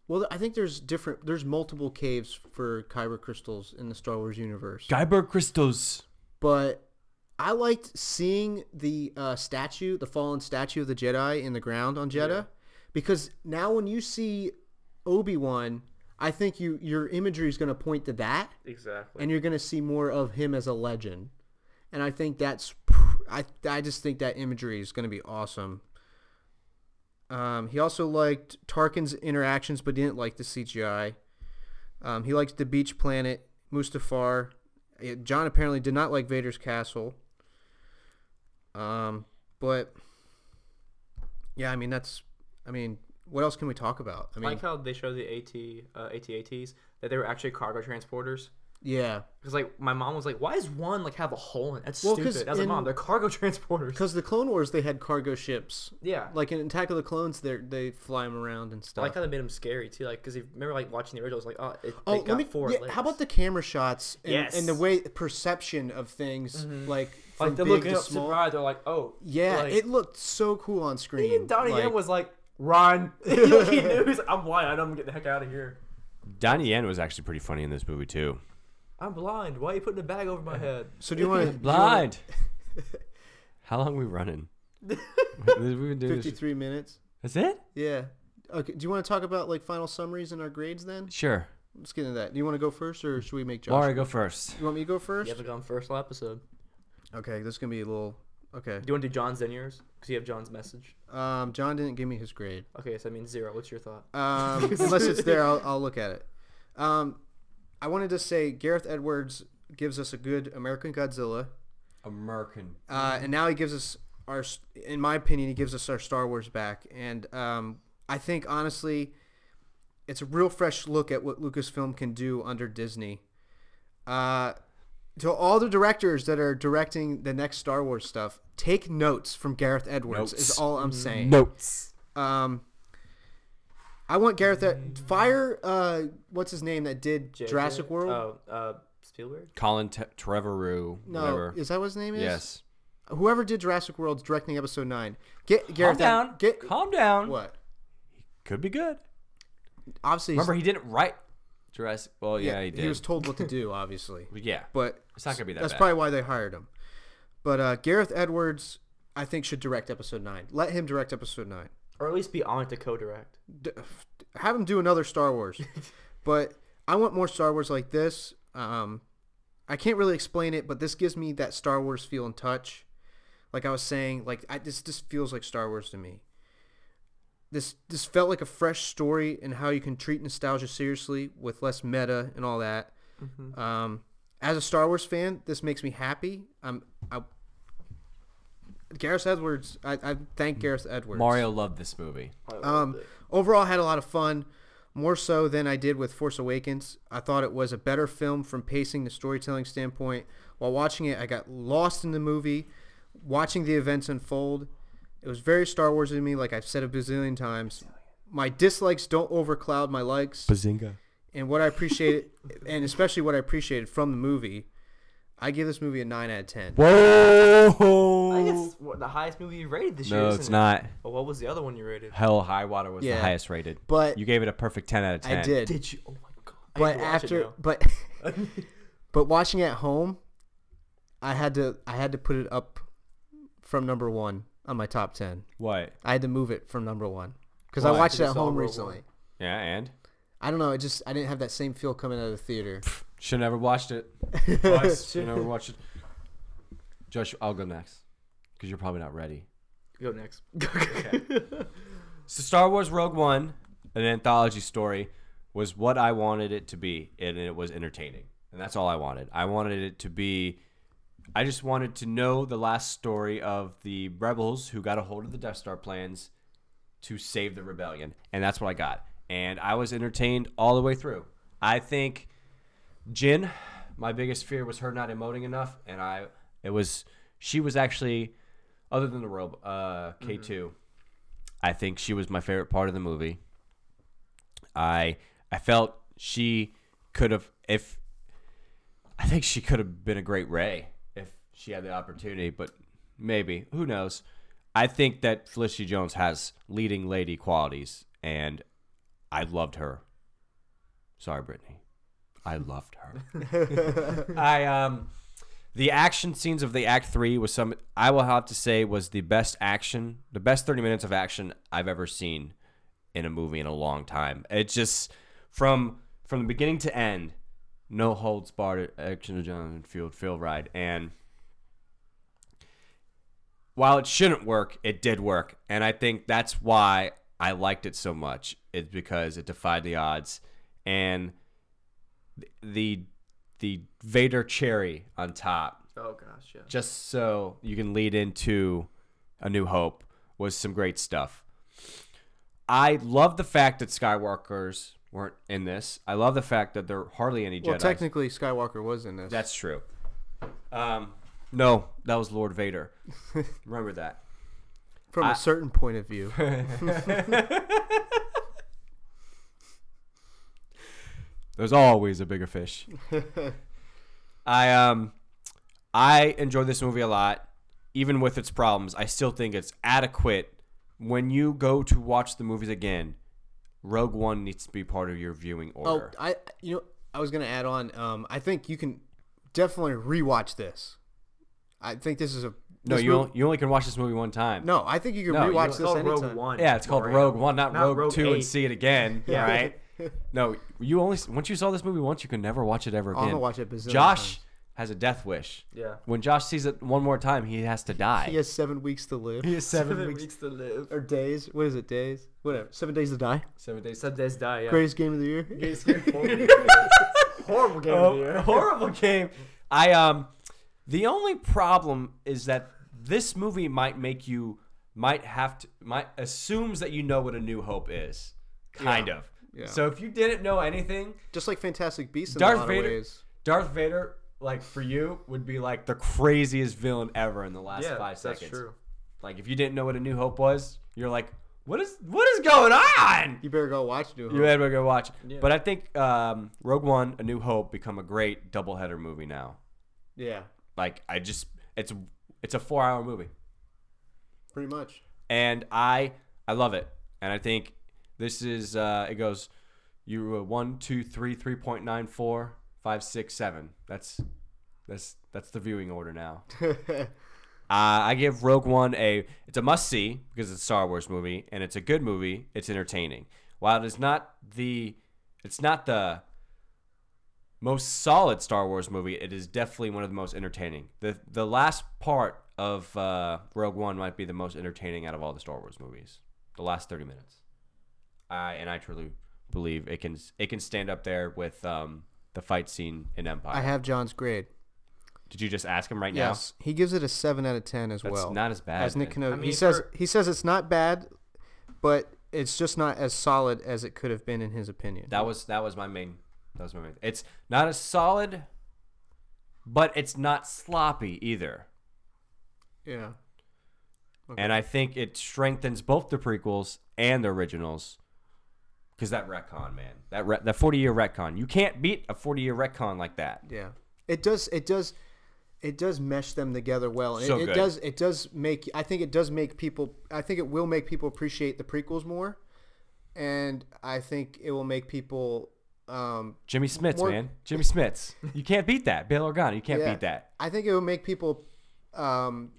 D: well I think there's different there's multiple caves for kyber crystals in the Star Wars universe,
C: Kyber crystals.
D: but. I liked seeing the uh, statue, the fallen statue of the Jedi in the ground on Jeddah, because now when you see Obi Wan, I think you your imagery is going to point to that,
E: Exactly.
D: and you're going to see more of him as a legend, and I think that's pr- I I just think that imagery is going to be awesome. Um, he also liked Tarkin's interactions, but didn't like the CGI. Um, he likes the beach planet, Mustafar. Yeah, John apparently did not like Vader's castle. Um, but yeah, I mean that's, I mean, what else can we talk about? I
E: I
D: mean,
E: like how they show the AT uh, ATATs that they were actually cargo transporters.
D: yeah,
E: Because like my mom was like, "Why does one like have a hole in it? That's
D: Well, 'cause
E: stupid." I was like,
D: in-
E: "Mom, they're cargo transporters."
D: because the Clone Wars they had cargo ships.
E: yeah. Like,
D: Like in Attack of the Clones, they they fly them around and
E: I
D: stuff.
E: like how they made them scary too. Like because you remember like watching the original, it was like, "Oh, it,
D: Oh,
E: they got
D: let me.
E: four
D: yeah,
E: legs."
D: how about the camera shots and,
E: Yes. Mm-hmm.
D: and the way perception of things, like from
E: like they're
D: big
E: looking
D: to
E: up
D: small?
E: surprised. They're like, "Oh,
D: Yeah,
E: like,
D: it looked so cool on screen.
E: Even Donnie Yen
D: like-
E: was like, Run. he knew. He's like, I'm blind. I'm getting the heck out of here.
C: Donnie Yen was actually pretty funny in this movie too.
E: I'm blind. Why are you putting a bag over my head?
D: So do you want to
C: Blind. How long we running? We've been doing this.
D: 53 minutes?
C: That's it?
D: Yeah. Okay. Do you want to talk about like final summaries and our grades then?
C: Sure.
D: Let's get into that. Do you want to go first or should we make Josh?
C: Laura, go first.
D: You want me to go first?
E: You haven't gone first last episode.
D: Okay, this is gonna be a little. Okay.
E: Do you want to do John's then yours? Because you have John's message.
D: Um, John didn't give me his grade.
E: Okay, so that means zero. What's your thought?
D: Um, unless it's there, I'll, I'll look at it. Um, I wanted to say Gareth Edwards gives us a good American Godzilla,
C: American.
D: uh, and now he gives us our, in my opinion, he gives us our Star Wars back. And um, I think honestly, it's a real fresh look at what Lucasfilm can do under Disney. Uh, to all the directors that are directing the next Star Wars stuff, take notes from Gareth Edwards. Is
C: Notes.
D: all I'm saying.
F: Notes.
D: Um, I want Gareth that fire. Uh, what's his name that did
E: J.J.?
D: Jurassic World?
E: Oh, uh, Spielberg.
C: Colin T- Trevorrow.
D: no,
C: whatever.
D: is that what his name is?
C: yes.
D: Whoever did Jurassic World's directing episode nine. Get Gareth. Ed-
C: down.
D: Get
C: Calm down.
D: what?
C: Could be good.
D: Obviously, he's-
C: Remember, he didn't write Jurassic. Well, yeah, he did.
D: was told what to do. Obviously,
C: yeah,
D: but
C: it's not gonna be that
D: that's
C: bad.
D: probably why they hired him. But uh, Gareth Edwards, I think, should direct episode nine. Let him direct episode nine.
E: Or at least be on it to co-direct.
D: d- f- have him do another Star Wars. but I want more Star Wars like this. Um, I can't really explain it, but this gives me that Star Wars feel and touch. Like I was saying, like I, this just feels like Star Wars to me. This this felt like a fresh story and how you can treat nostalgia seriously with less meta and all that. Um, as a Star Wars fan, this makes me happy. I'm I. Gareth Edwards, I, I thank Gareth Edwards.
C: Mario loved this movie.
D: Um, overall, I had a lot of fun, more so than I did with Force Awakens. I thought it was a better film from pacing to storytelling standpoint. While watching it, I got lost in the movie, watching the events unfold. It was very Star Wars to me, like I've said a bazillion times. My dislikes don't overcloud my likes
F: Bazinga.
D: and what I appreciated, and especially what I appreciated from the movie. I give this movie a nine out of ten.
F: Whoa.
E: I guess
D: Oh.
E: what, the highest movie you rated this year.
C: No,
E: isn't
C: it's
E: it?
C: not.
E: Well, what was the other one you rated?
C: Hell, High Water was
D: Yeah.
C: the highest rated.
D: But
C: You gave it a perfect ten out of ten.
D: I did.
E: Did you? Oh my god. I need
D: but
E: to watch it
D: after
E: now.
D: but but watching at home i had to i had to put it up from number one on my top 10
C: What?
D: i had to move it from number one because
C: Why?
D: i watched it
E: Because
D: at
E: it's all
D: home
E: World
D: recently
E: War.
C: Yeah, and
D: i don't know it just i didn't have that same feel coming out of the theater
C: should never watched it. Twice. should never watched it. Josh, I'll go next because you're probably not ready.
E: go next.
C: So Star Wars Rogue One, an anthology story, was what I wanted it to be, and it was entertaining. And that's all I wanted. I wanted it to be I just wanted to know the last story of the rebels who got a hold of the Death Star plans to save the rebellion. And that's what I got. And I was entertained all the way through. I think Jin, my biggest fear was her not emoting enough, and I it was she was actually other than the robe uh K 2 I think she was my favorite part of the movie. I I felt she could have if I think she could have been a great Ray if she had the opportunity, but maybe who knows? I think that Felicity Jones has leading lady qualities, and I loved her. Sorry, Brittany, I loved her. I um, the action scenes of the Act Three was some I will have to say was the best action, the best thirty minutes of action I've ever seen in a movie in a long time. It just from from the beginning to end, no holds barred action John Field field ride and while it shouldn't work, it did work, and I think that's why I liked it so much. It's because it defied the odds, and th- the the Vader cherry on top
E: Oh gosh, yeah.
C: just so you can lead into A New Hope was some great stuff. I love the fact that Skywalkers weren't in this. I love the fact that there are hardly any Jedi.
D: well technically skywalker was in this
C: That's true. Um, no, that was Lord Vader. Remember that.
D: from a certain point of view
C: There's always a bigger fish. I um I enjoyed this movie a lot, even with its problems. I still think it's adequate when you go to watch the movies again, Rogue One needs to be part of your viewing
D: Oh,
C: order.
D: I you know I was gonna add on. Um, I think you can definitely rewatch this. I think this is a
C: no,
D: this
C: you
D: mov-
C: only, you only can watch this movie one time.
D: no. I think you can
C: No, you
D: rewatch
C: don't-
D: this
E: called
D: anytime.
E: Rogue One.
C: Yeah, it's called
E: Right.
C: Rogue One, not,
E: Not
C: Rogue,
E: Rogue
C: Two,
E: Eight.
C: and see it again.
E: Yeah.
C: Right? No, you only once you saw this movie once, you can never watch it ever
D: I'm
C: again.
D: gonna watch it a bazillion
C: Josh
D: times.
C: has a death wish.
E: Yeah.
C: When Josh sees it one more time, he has to die.
D: He has seven weeks to live
C: He has seven, weeks.
E: to live.
D: or days. What is it? Days? Whatever. Seven days to die.
C: Seven days.
E: Except this die. Yeah.
D: Greatest game of the year.
E: Horrible game of the year.
C: Oh, horrible game. I um the only problem is that this movie might make you might have to might assumes that you know what a new hope is. Kind of.
D: Yeah.
C: So if you didn't know anything,
D: Just like Fantastic Beasts in
C: Darth
D: a lot
C: Vader-
D: of ways.
C: Darth Vader like for you would be like the craziest villain ever in the last
E: Yeah,
C: 5
E: that's
C: seconds.
E: true.
C: Like if you didn't know what a new hope was, you're like what is what is going on?
D: You better go watch New Hope.
C: You had to go watch. But I think um, Rogue One, A New Hope become a great doubleheader movie now.
D: yeah,
C: Like I just it's it's a 4-hour movie.
D: pretty much.
C: And I I love it. And I think this is uh it goes you were 1 two, three, 3.94 five, six, seven. That's that's that's the viewing order now. Uh, I give Rogue One a it's a must see because it's a Star Wars movie and it's a good movie. It's entertaining. While it is not the it's not the most solid Star Wars movie, it is definitely one of the most entertaining. the The last part of uh, Rogue One might be the most entertaining out of all the Star Wars movies. The last thirty minutes, I and I truly believe it can it can stand up there with um, the fight scene in Empire.
D: I have John's grade.
C: Did you just ask him right
D: Yes, he gives it a seven out of ten as
C: now? That's
D: well.
C: not as bad
D: as Nick
C: man.
D: Canova. he
E: mean,
D: says
E: for-
D: he says it's not bad, but it's just not as solid as it could have been in his opinion.
C: That was that was my main. That was my main. It's not as solid, but it's not sloppy either.
D: yeah,
C: And I think it strengthens both the prequels and the originals. Because that retcon, man, that re- that forty year retcon, you can't beat a forty year retcon like that.
D: yeah. It does. It does. It does mesh them together well. and
C: So
D: it, it
C: good.
D: does. It does make. I think it does make people. I think it will make people appreciate the prequels more, and I think it will make people. Um,
C: Jimmy Smits,
D: More-
C: man, Jimmy Smits, you can't beat that. Bail Organa, you can't
D: yeah,
C: beat that.
D: I think it will make people um,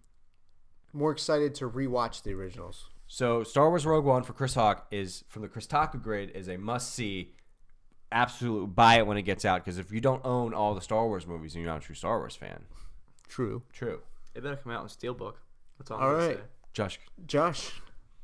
D: more excited to rewatch the originals.
C: So Star Wars Rogue One for Chris Hawk is from the Chris Taku grade is a must see. Absolutely buy it when it gets out because if you don't own all the Star Wars movies and you're not a true Star Wars fan,
D: True.
C: true.
E: It better come out in Steelbook. That's all.
D: All
E: I'm gonna
D: right.
E: say.
C: Josh,
D: Josh,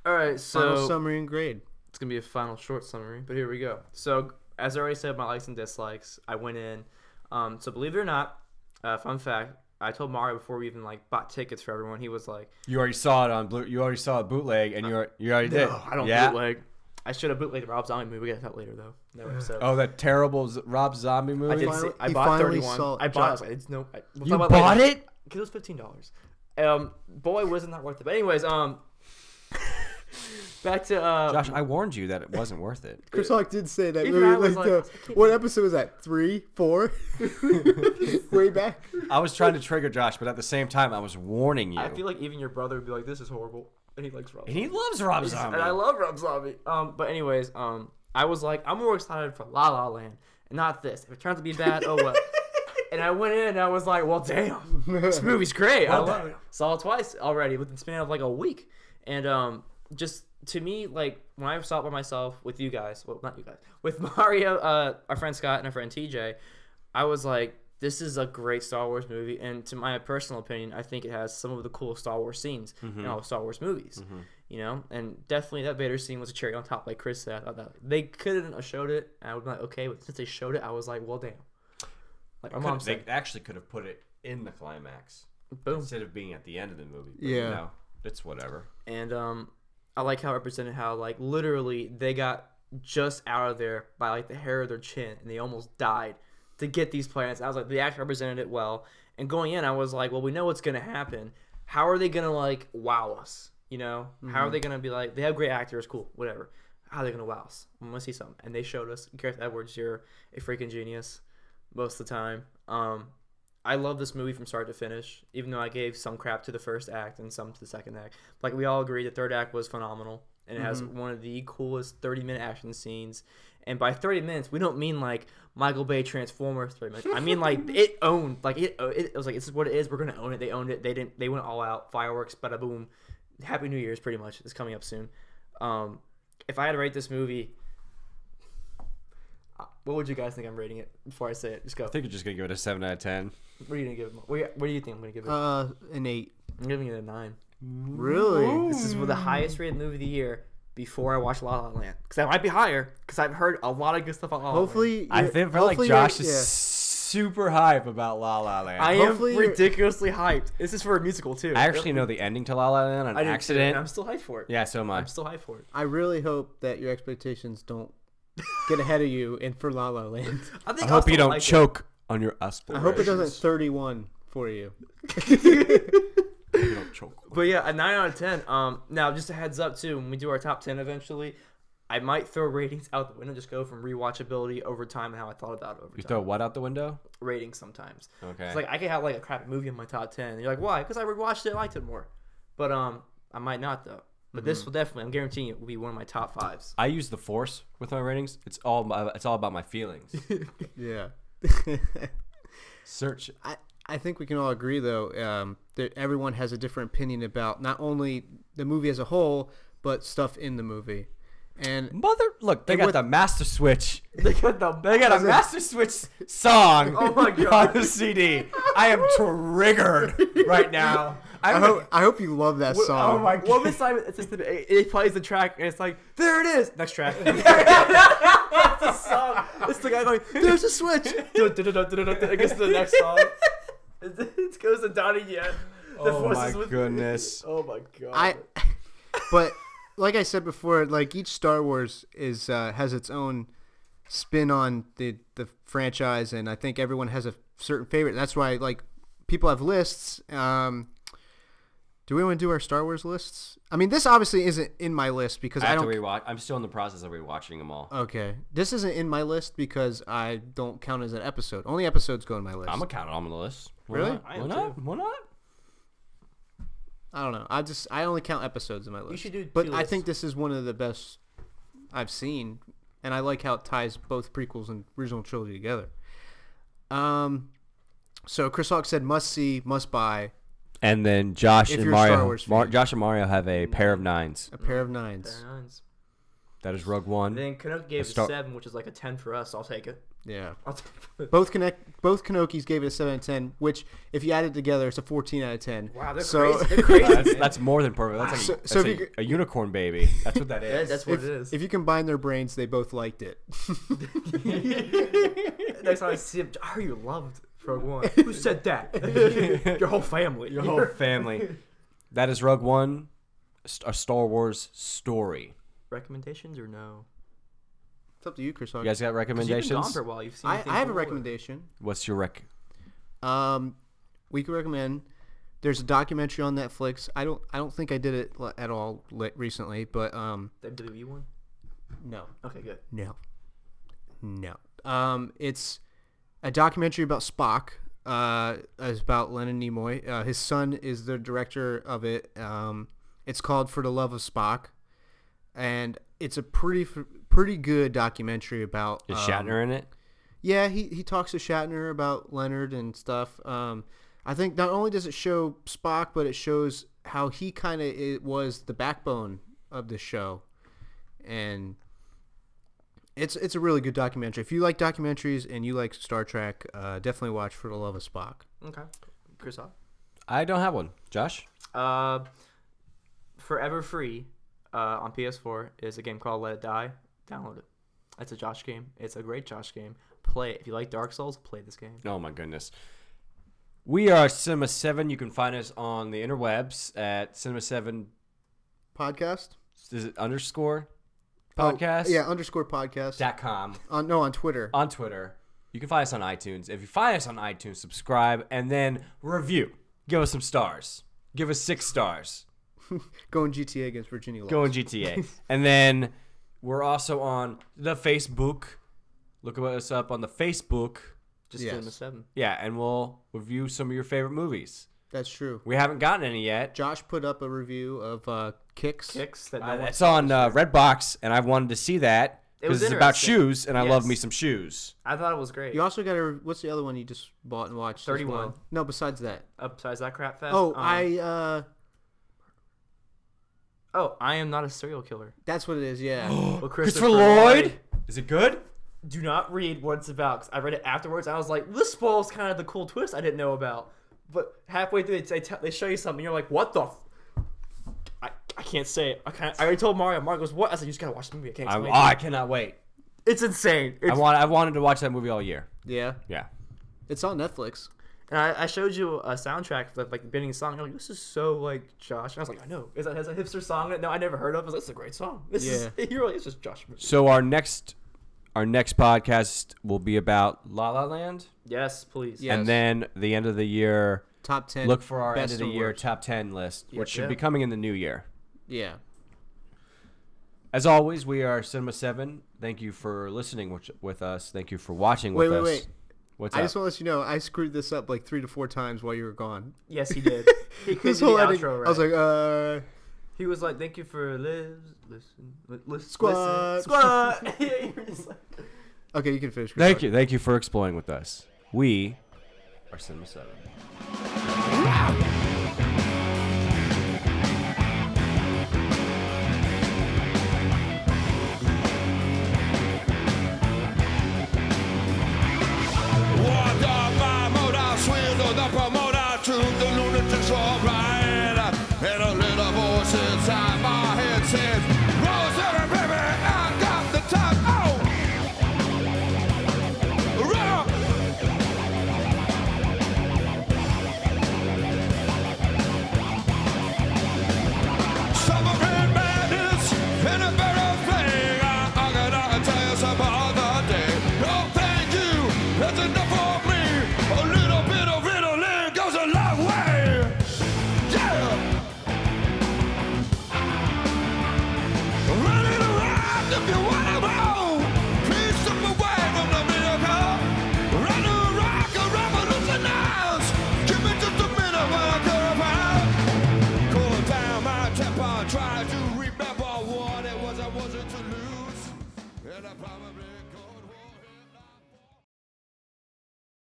E: All right.
D: final
E: So
D: summary and grade.
E: it's gonna be a final short summary, but here we go. So as I already said, my likes and dislikes. I went in. Um, so believe it or not, uh, fun fact. I told Mario before we even like bought tickets for everyone. He was like,
C: you already saw it on blue. You already saw a bootleg, and you are, you already did.
E: "No, Oh, I don't
C: yeah.
E: bootleg. I should have bootlegged the Rob Zombie movie. We got that later though. No episode.
C: Oh, that terrible Z- Rob Zombie movie.
E: I did.
D: finally-
E: see, I
D: he
E: bought
D: finally
E: thirty one.
D: saw it.
E: I bought.
D: Josh-
E: it. It's no. I, we'll
C: You
E: talk about
C: bought
E: later.
C: it?
E: Cause it was fifteen dollars. Um, boy, wasn't that worth it. But anyways, um, back to uh,
C: Josh, I warned you that it wasn't worth it.
D: Chris Hawk did say that.
E: Even
D: movie,
E: I was
D: like,
E: like,
D: the-
E: I can't-
D: what episode was that? Three, four, way back.
C: I was trying to trigger Josh, but at the same time, I was warning you.
E: I feel like even your brother would be like, "This is horrible," and he likes Rob.
C: and he loves Rob Zombie.
E: And I love Rob Zombie. Um, but anyways, um, I was like, I'm more excited for La La Land, and not this. If it turns out to be bad, oh well. and I went in, and I was like, well, damn, this movie's great. I love it. Saw it twice already within the span of like a week, and um, just to me, like when I saw it by myself with you guys, well, not you guys, with Mario, uh, our friend Scott and our friend TJ, I was like. This is a great Star Wars movie, and to my personal opinion, I think it has some of the coolest Star Wars scenes in all of Star Wars movies you know, and definitely that Vader scene was a cherry on top, like Chris said. I thought that they couldn't have showed it, and I would be like, okay, but since they showed it, I was like, well, damn. Like my mom
C: Could- they
E: said,
C: actually could have put it in the climax
E: boom,
C: instead of being at the end of the movie. But,
D: Yeah.
C: You know, it's whatever.
E: and um, I like how it represented how like literally they got just out of there by like the hair of their chin, and they almost died to get these planets. I was like, the actor represented it well, and going in, I was like, well, we know what's gonna happen. How are they gonna like wow us? You know, how are they gonna be like? They have great actors, cool, whatever. How are they gonna wow us? I'm gonna see something, and they showed us Gareth Edwards. You're a freaking genius most of the time. Um, I love this movie from start to finish, even though I gave some crap to the first act and some to the second act. Like we all agree, the third act was phenomenal, and it has one of the coolest 30 minute action scenes. And by 30 minutes, we don't mean like Michael Bay Transformers 30 minutes. I mean like it owned, like it, it, was like this is what it is. We're gonna own it. They owned it. They didn't. They went all out. Fireworks, bada boom. Happy New Year's, pretty much. It's coming up soon. Um, if I had to rate this movie, uh, what would you guys think I'm rating it before I say it? Just go.
C: I think you're just gonna give it a seven out of ten.
E: What are you gonna give it? What, what do you think I'm gonna give it?
D: Uh, an eight.
E: I'm giving it a nine.
D: Really?
E: This is the highest rated movie of the year before I watch La La Land because I might be higher because I've heard a lot of good stuff on La La Land.
D: Hopefully,
C: I
D: you're-
C: feel feel like
D: hopefully you're-
C: Josh is super hype about La La Land.
E: I
C: I,
E: am
D: hopefully you're-
E: ridiculously hyped. This is for a musical too.
C: actually know the ending to La La Land on
E: I didn't see it, and
C: accident.
E: I'm still hyped for it.
C: yeah, so
E: I'm
C: much.
E: still hyped for it.
D: I really hope that your expectations don't get ahead of you in for La La Land.
E: I think
C: I
E: I'll
C: hope you
E: still
C: don't
E: like it.
C: choke on your aspirations.
D: I hope it doesn't 31 for you.
C: You don't choke.
E: But yeah, a nine out of ten. Um, now just a heads up too, when we do our top ten eventually, I might throw ratings out the window. Just go from rewatchability over time and how I thought about it over
C: You
E: time.
C: throw what out the window?
E: Ratings sometimes.
C: Okay.
E: It's like I could have like a crappy movie in my top ten. And you're like, why? Because I rewatched it, I liked it more. But um, I might not though. But
C: Mm-hmm.
E: this will definitely, I'm guaranteeing it will be one of my top fives.
C: I use the force with my ratings. It's all my, it's all about my feelings.
D: Yeah.
C: Search.
D: I, I think we can all agree, though, um, that everyone has a different opinion about not only the movie as a whole, but stuff in the movie. And
C: Mother, look, they
D: And
C: got
D: with-
C: the Master Switch.
E: they got the
C: They got a Master Switch song
E: Oh my God.
C: on the CD. I am triggered right now.
D: I
C: I'm
D: hope, I hope you love that song.
C: oh my
E: Well, this time it's just, it, it plays the track and it's like there it is. Next track. it's the song. It's the guy going there's a switch. it gets to the next song. It goes to Donnie Yen. The
C: Oh
E: forces
C: my
E: with-
C: goodness.
E: Oh my god.
D: I, but like I said before, like each Star Wars is uh, has its own spin on the the franchise, and I think everyone has a certain favorite. That's why like people have lists. Um, do we want to do our Star Wars lists? I mean, this obviously isn't in my list because
C: I
D: I,
C: have to
D: don't.
C: rewatch. I'm still in the process of rewatching them all.
D: Okay, this isn't in my list because I don't count as an episode. Only episodes go in my list.
C: I'm
D: I'm
C: gonna count it on the list. Why
D: Really?
C: Not?
E: I
C: Why
E: am
C: not? Why not?
D: I do not know. I just I only count episodes in my list.
E: should do
D: but
E: two
D: I
E: lists.
D: think this is one of the best I've seen, and I like how it ties both prequels and original trilogy together. Um, so Chris Hawk said must see, must buy,
C: And then Josh
D: If
C: and
D: you're a Star
C: Mario.
D: Wars
C: Mar-
D: fan.
C: Josh and Mario have a pair of nines.
D: a pair of nines.
E: Fair nines.
C: That is rug one.
E: Then Canuck gave it
C: Star-
E: a seven, which is like a ten for us. I'll take it.
D: Yeah,
E: I'll take it.
D: both connect. Both Kanokis gave it a seven out of ten, which if you add it together, it's a fourteen out of ten.
E: Wow, they're
D: so,
E: crazy. They're crazy.
C: That's,
E: man.
C: that's more than perfect. That's like,
D: So-
C: that's
D: so if
C: a,
D: you-
C: a unicorn baby. That's what that
E: Yeah,
C: is.
E: that's what
D: If,
E: it is.
D: if you combine their brains, they both liked it.
E: Next time I see him, are you loved? Rogue One. Who said that? Your whole family.
C: Your whole family. That is Rug One, st- a Star Wars story.
E: recommendations or no?
D: it's up to you, Chris Hawk.
C: You guys got
E: You've been gone
C: recommendations?
E: for a while. You've seen.
D: I,
E: things
D: I have a
E: before.
D: recommendation.
C: What's your rec?
D: Um, we could recommend. There's a documentary on Netflix. I don't. I don't think I did it l- at all li- recently, but um,
E: The WWE one.
D: no,
E: Okay, good.
D: no, no. Um, it's a documentary about Spock. Uh, it's about Lennon Nimoy. Uh, his son is the director of it. Um, it's called For the Love of Spock, and it's a pretty f- pretty good documentary about
C: Is
D: um,
C: Shatner in it?
D: yeah, he, he talks to Shatner about Leonard and stuff. Um, I think not only does it show Spock, but it shows how he kind of it was the backbone of the show, and it's it's a really good documentary. If you like documentaries and you like Star Trek, uh, definitely watch For the Love of Spock.
E: Okay, Chris Hawk.
C: I don't have one. Josh?
E: Uh, Forever Free uh, on PS4 is a game called Let It Die. Download it. It's a Josh game. It's a great Josh game. Play it. If you like Dark Souls, play this game.
C: Oh my goodness. We are Cinema7. You can find us on the interwebs at Cinema7
D: Podcast
C: is it underscore podcast?
D: Oh, yeah, underscore podcast.
C: Dot com
D: on no on Twitter.
C: on Twitter. You can find us on iTunes. If you find us on iTunes, subscribe and then review. Give us some stars. Give us six stars.
D: Going GTA against Virginia. Law.
C: Going GTA. and then we're also on the Facebook. Look us up on the Facebook.
E: Just give him a
D: Yes.
E: seven.
C: Yeah, and we'll review some of your favorite movies.
D: That's true.
C: We haven't gotten any yet.
D: Josh put up a review of uh, Kicks.
E: Kicks that no
C: Uh,
E: one-
C: it's on uh, Redbox, and I've wanted to see that
E: It was
C: because it's about
E: interesting.
C: shoes, and I love
E: Yes.
C: me some shoes.
E: I thought it was great.
D: You also got a. re- What's the other one you just bought and watched? There's
E: 31.
D: one. No, besides that.
E: Uh, besides that crap fest.
D: Oh,
E: um,
D: I. Uh,
E: Oh, I am not a serial killer.
D: that's what it is. Yeah.
E: Well,
C: Christopher Lloyd. Is it good?
E: Do not read what it's about. 'cause I read it afterwards. I was like, this spoils kind of the cool twist I didn't know about. But halfway through, they, they, tell they show you something. You're like, what the? F-? I I can't say it. I can't. I already told Mario. Mario goes, what? I said, you just gotta watch the movie. I can't
C: I,
E: explain.
C: oh,
E: it."
C: I cannot wait.
E: it's insane.
C: I
E: It's,
C: want. I wanted to watch that movie all year.
D: yeah.
C: Yeah.
D: It's on Netflix.
E: and I, I showed you a soundtrack for like the beginning song. You're like, this is so like Josh. And I was like, I know. Is that has a hipster song? in it? No, I never heard of. it. I was like, it's a great song. This
D: Yeah.
E: is, you're like, it's just Josh.
C: So our next, our next podcast will be about La La Land,
E: Yes, please.
D: Yeah. Yes.
C: and then the end of the year.
D: Top ten.
C: Look for our end
D: best
C: of the
D: and
C: year
D: worst.
C: top ten list, which should
E: Yeah.
C: be coming in the new year.
D: yeah.
C: As always, we are Cinema Seven. Thank you for listening with, with us. Thank you for watching
D: Wait,
C: with
D: wait,
C: us.
D: wait.
C: What's
D: I
C: up?
D: just want to let you know I screwed this up like three to four times while you were gone.
E: Yes, he did. He could
D: This
E: do the
D: whole ending,
E: outro right.
D: I was like, uh,
E: He was like, "Thank you for lives, listen, li- li-
D: Squad.
E: listen, squad." yeah, you were just like,
D: okay, you can finish.
C: thank you, thank you for exploring with us. We are Cinema Seven.
A: Wow.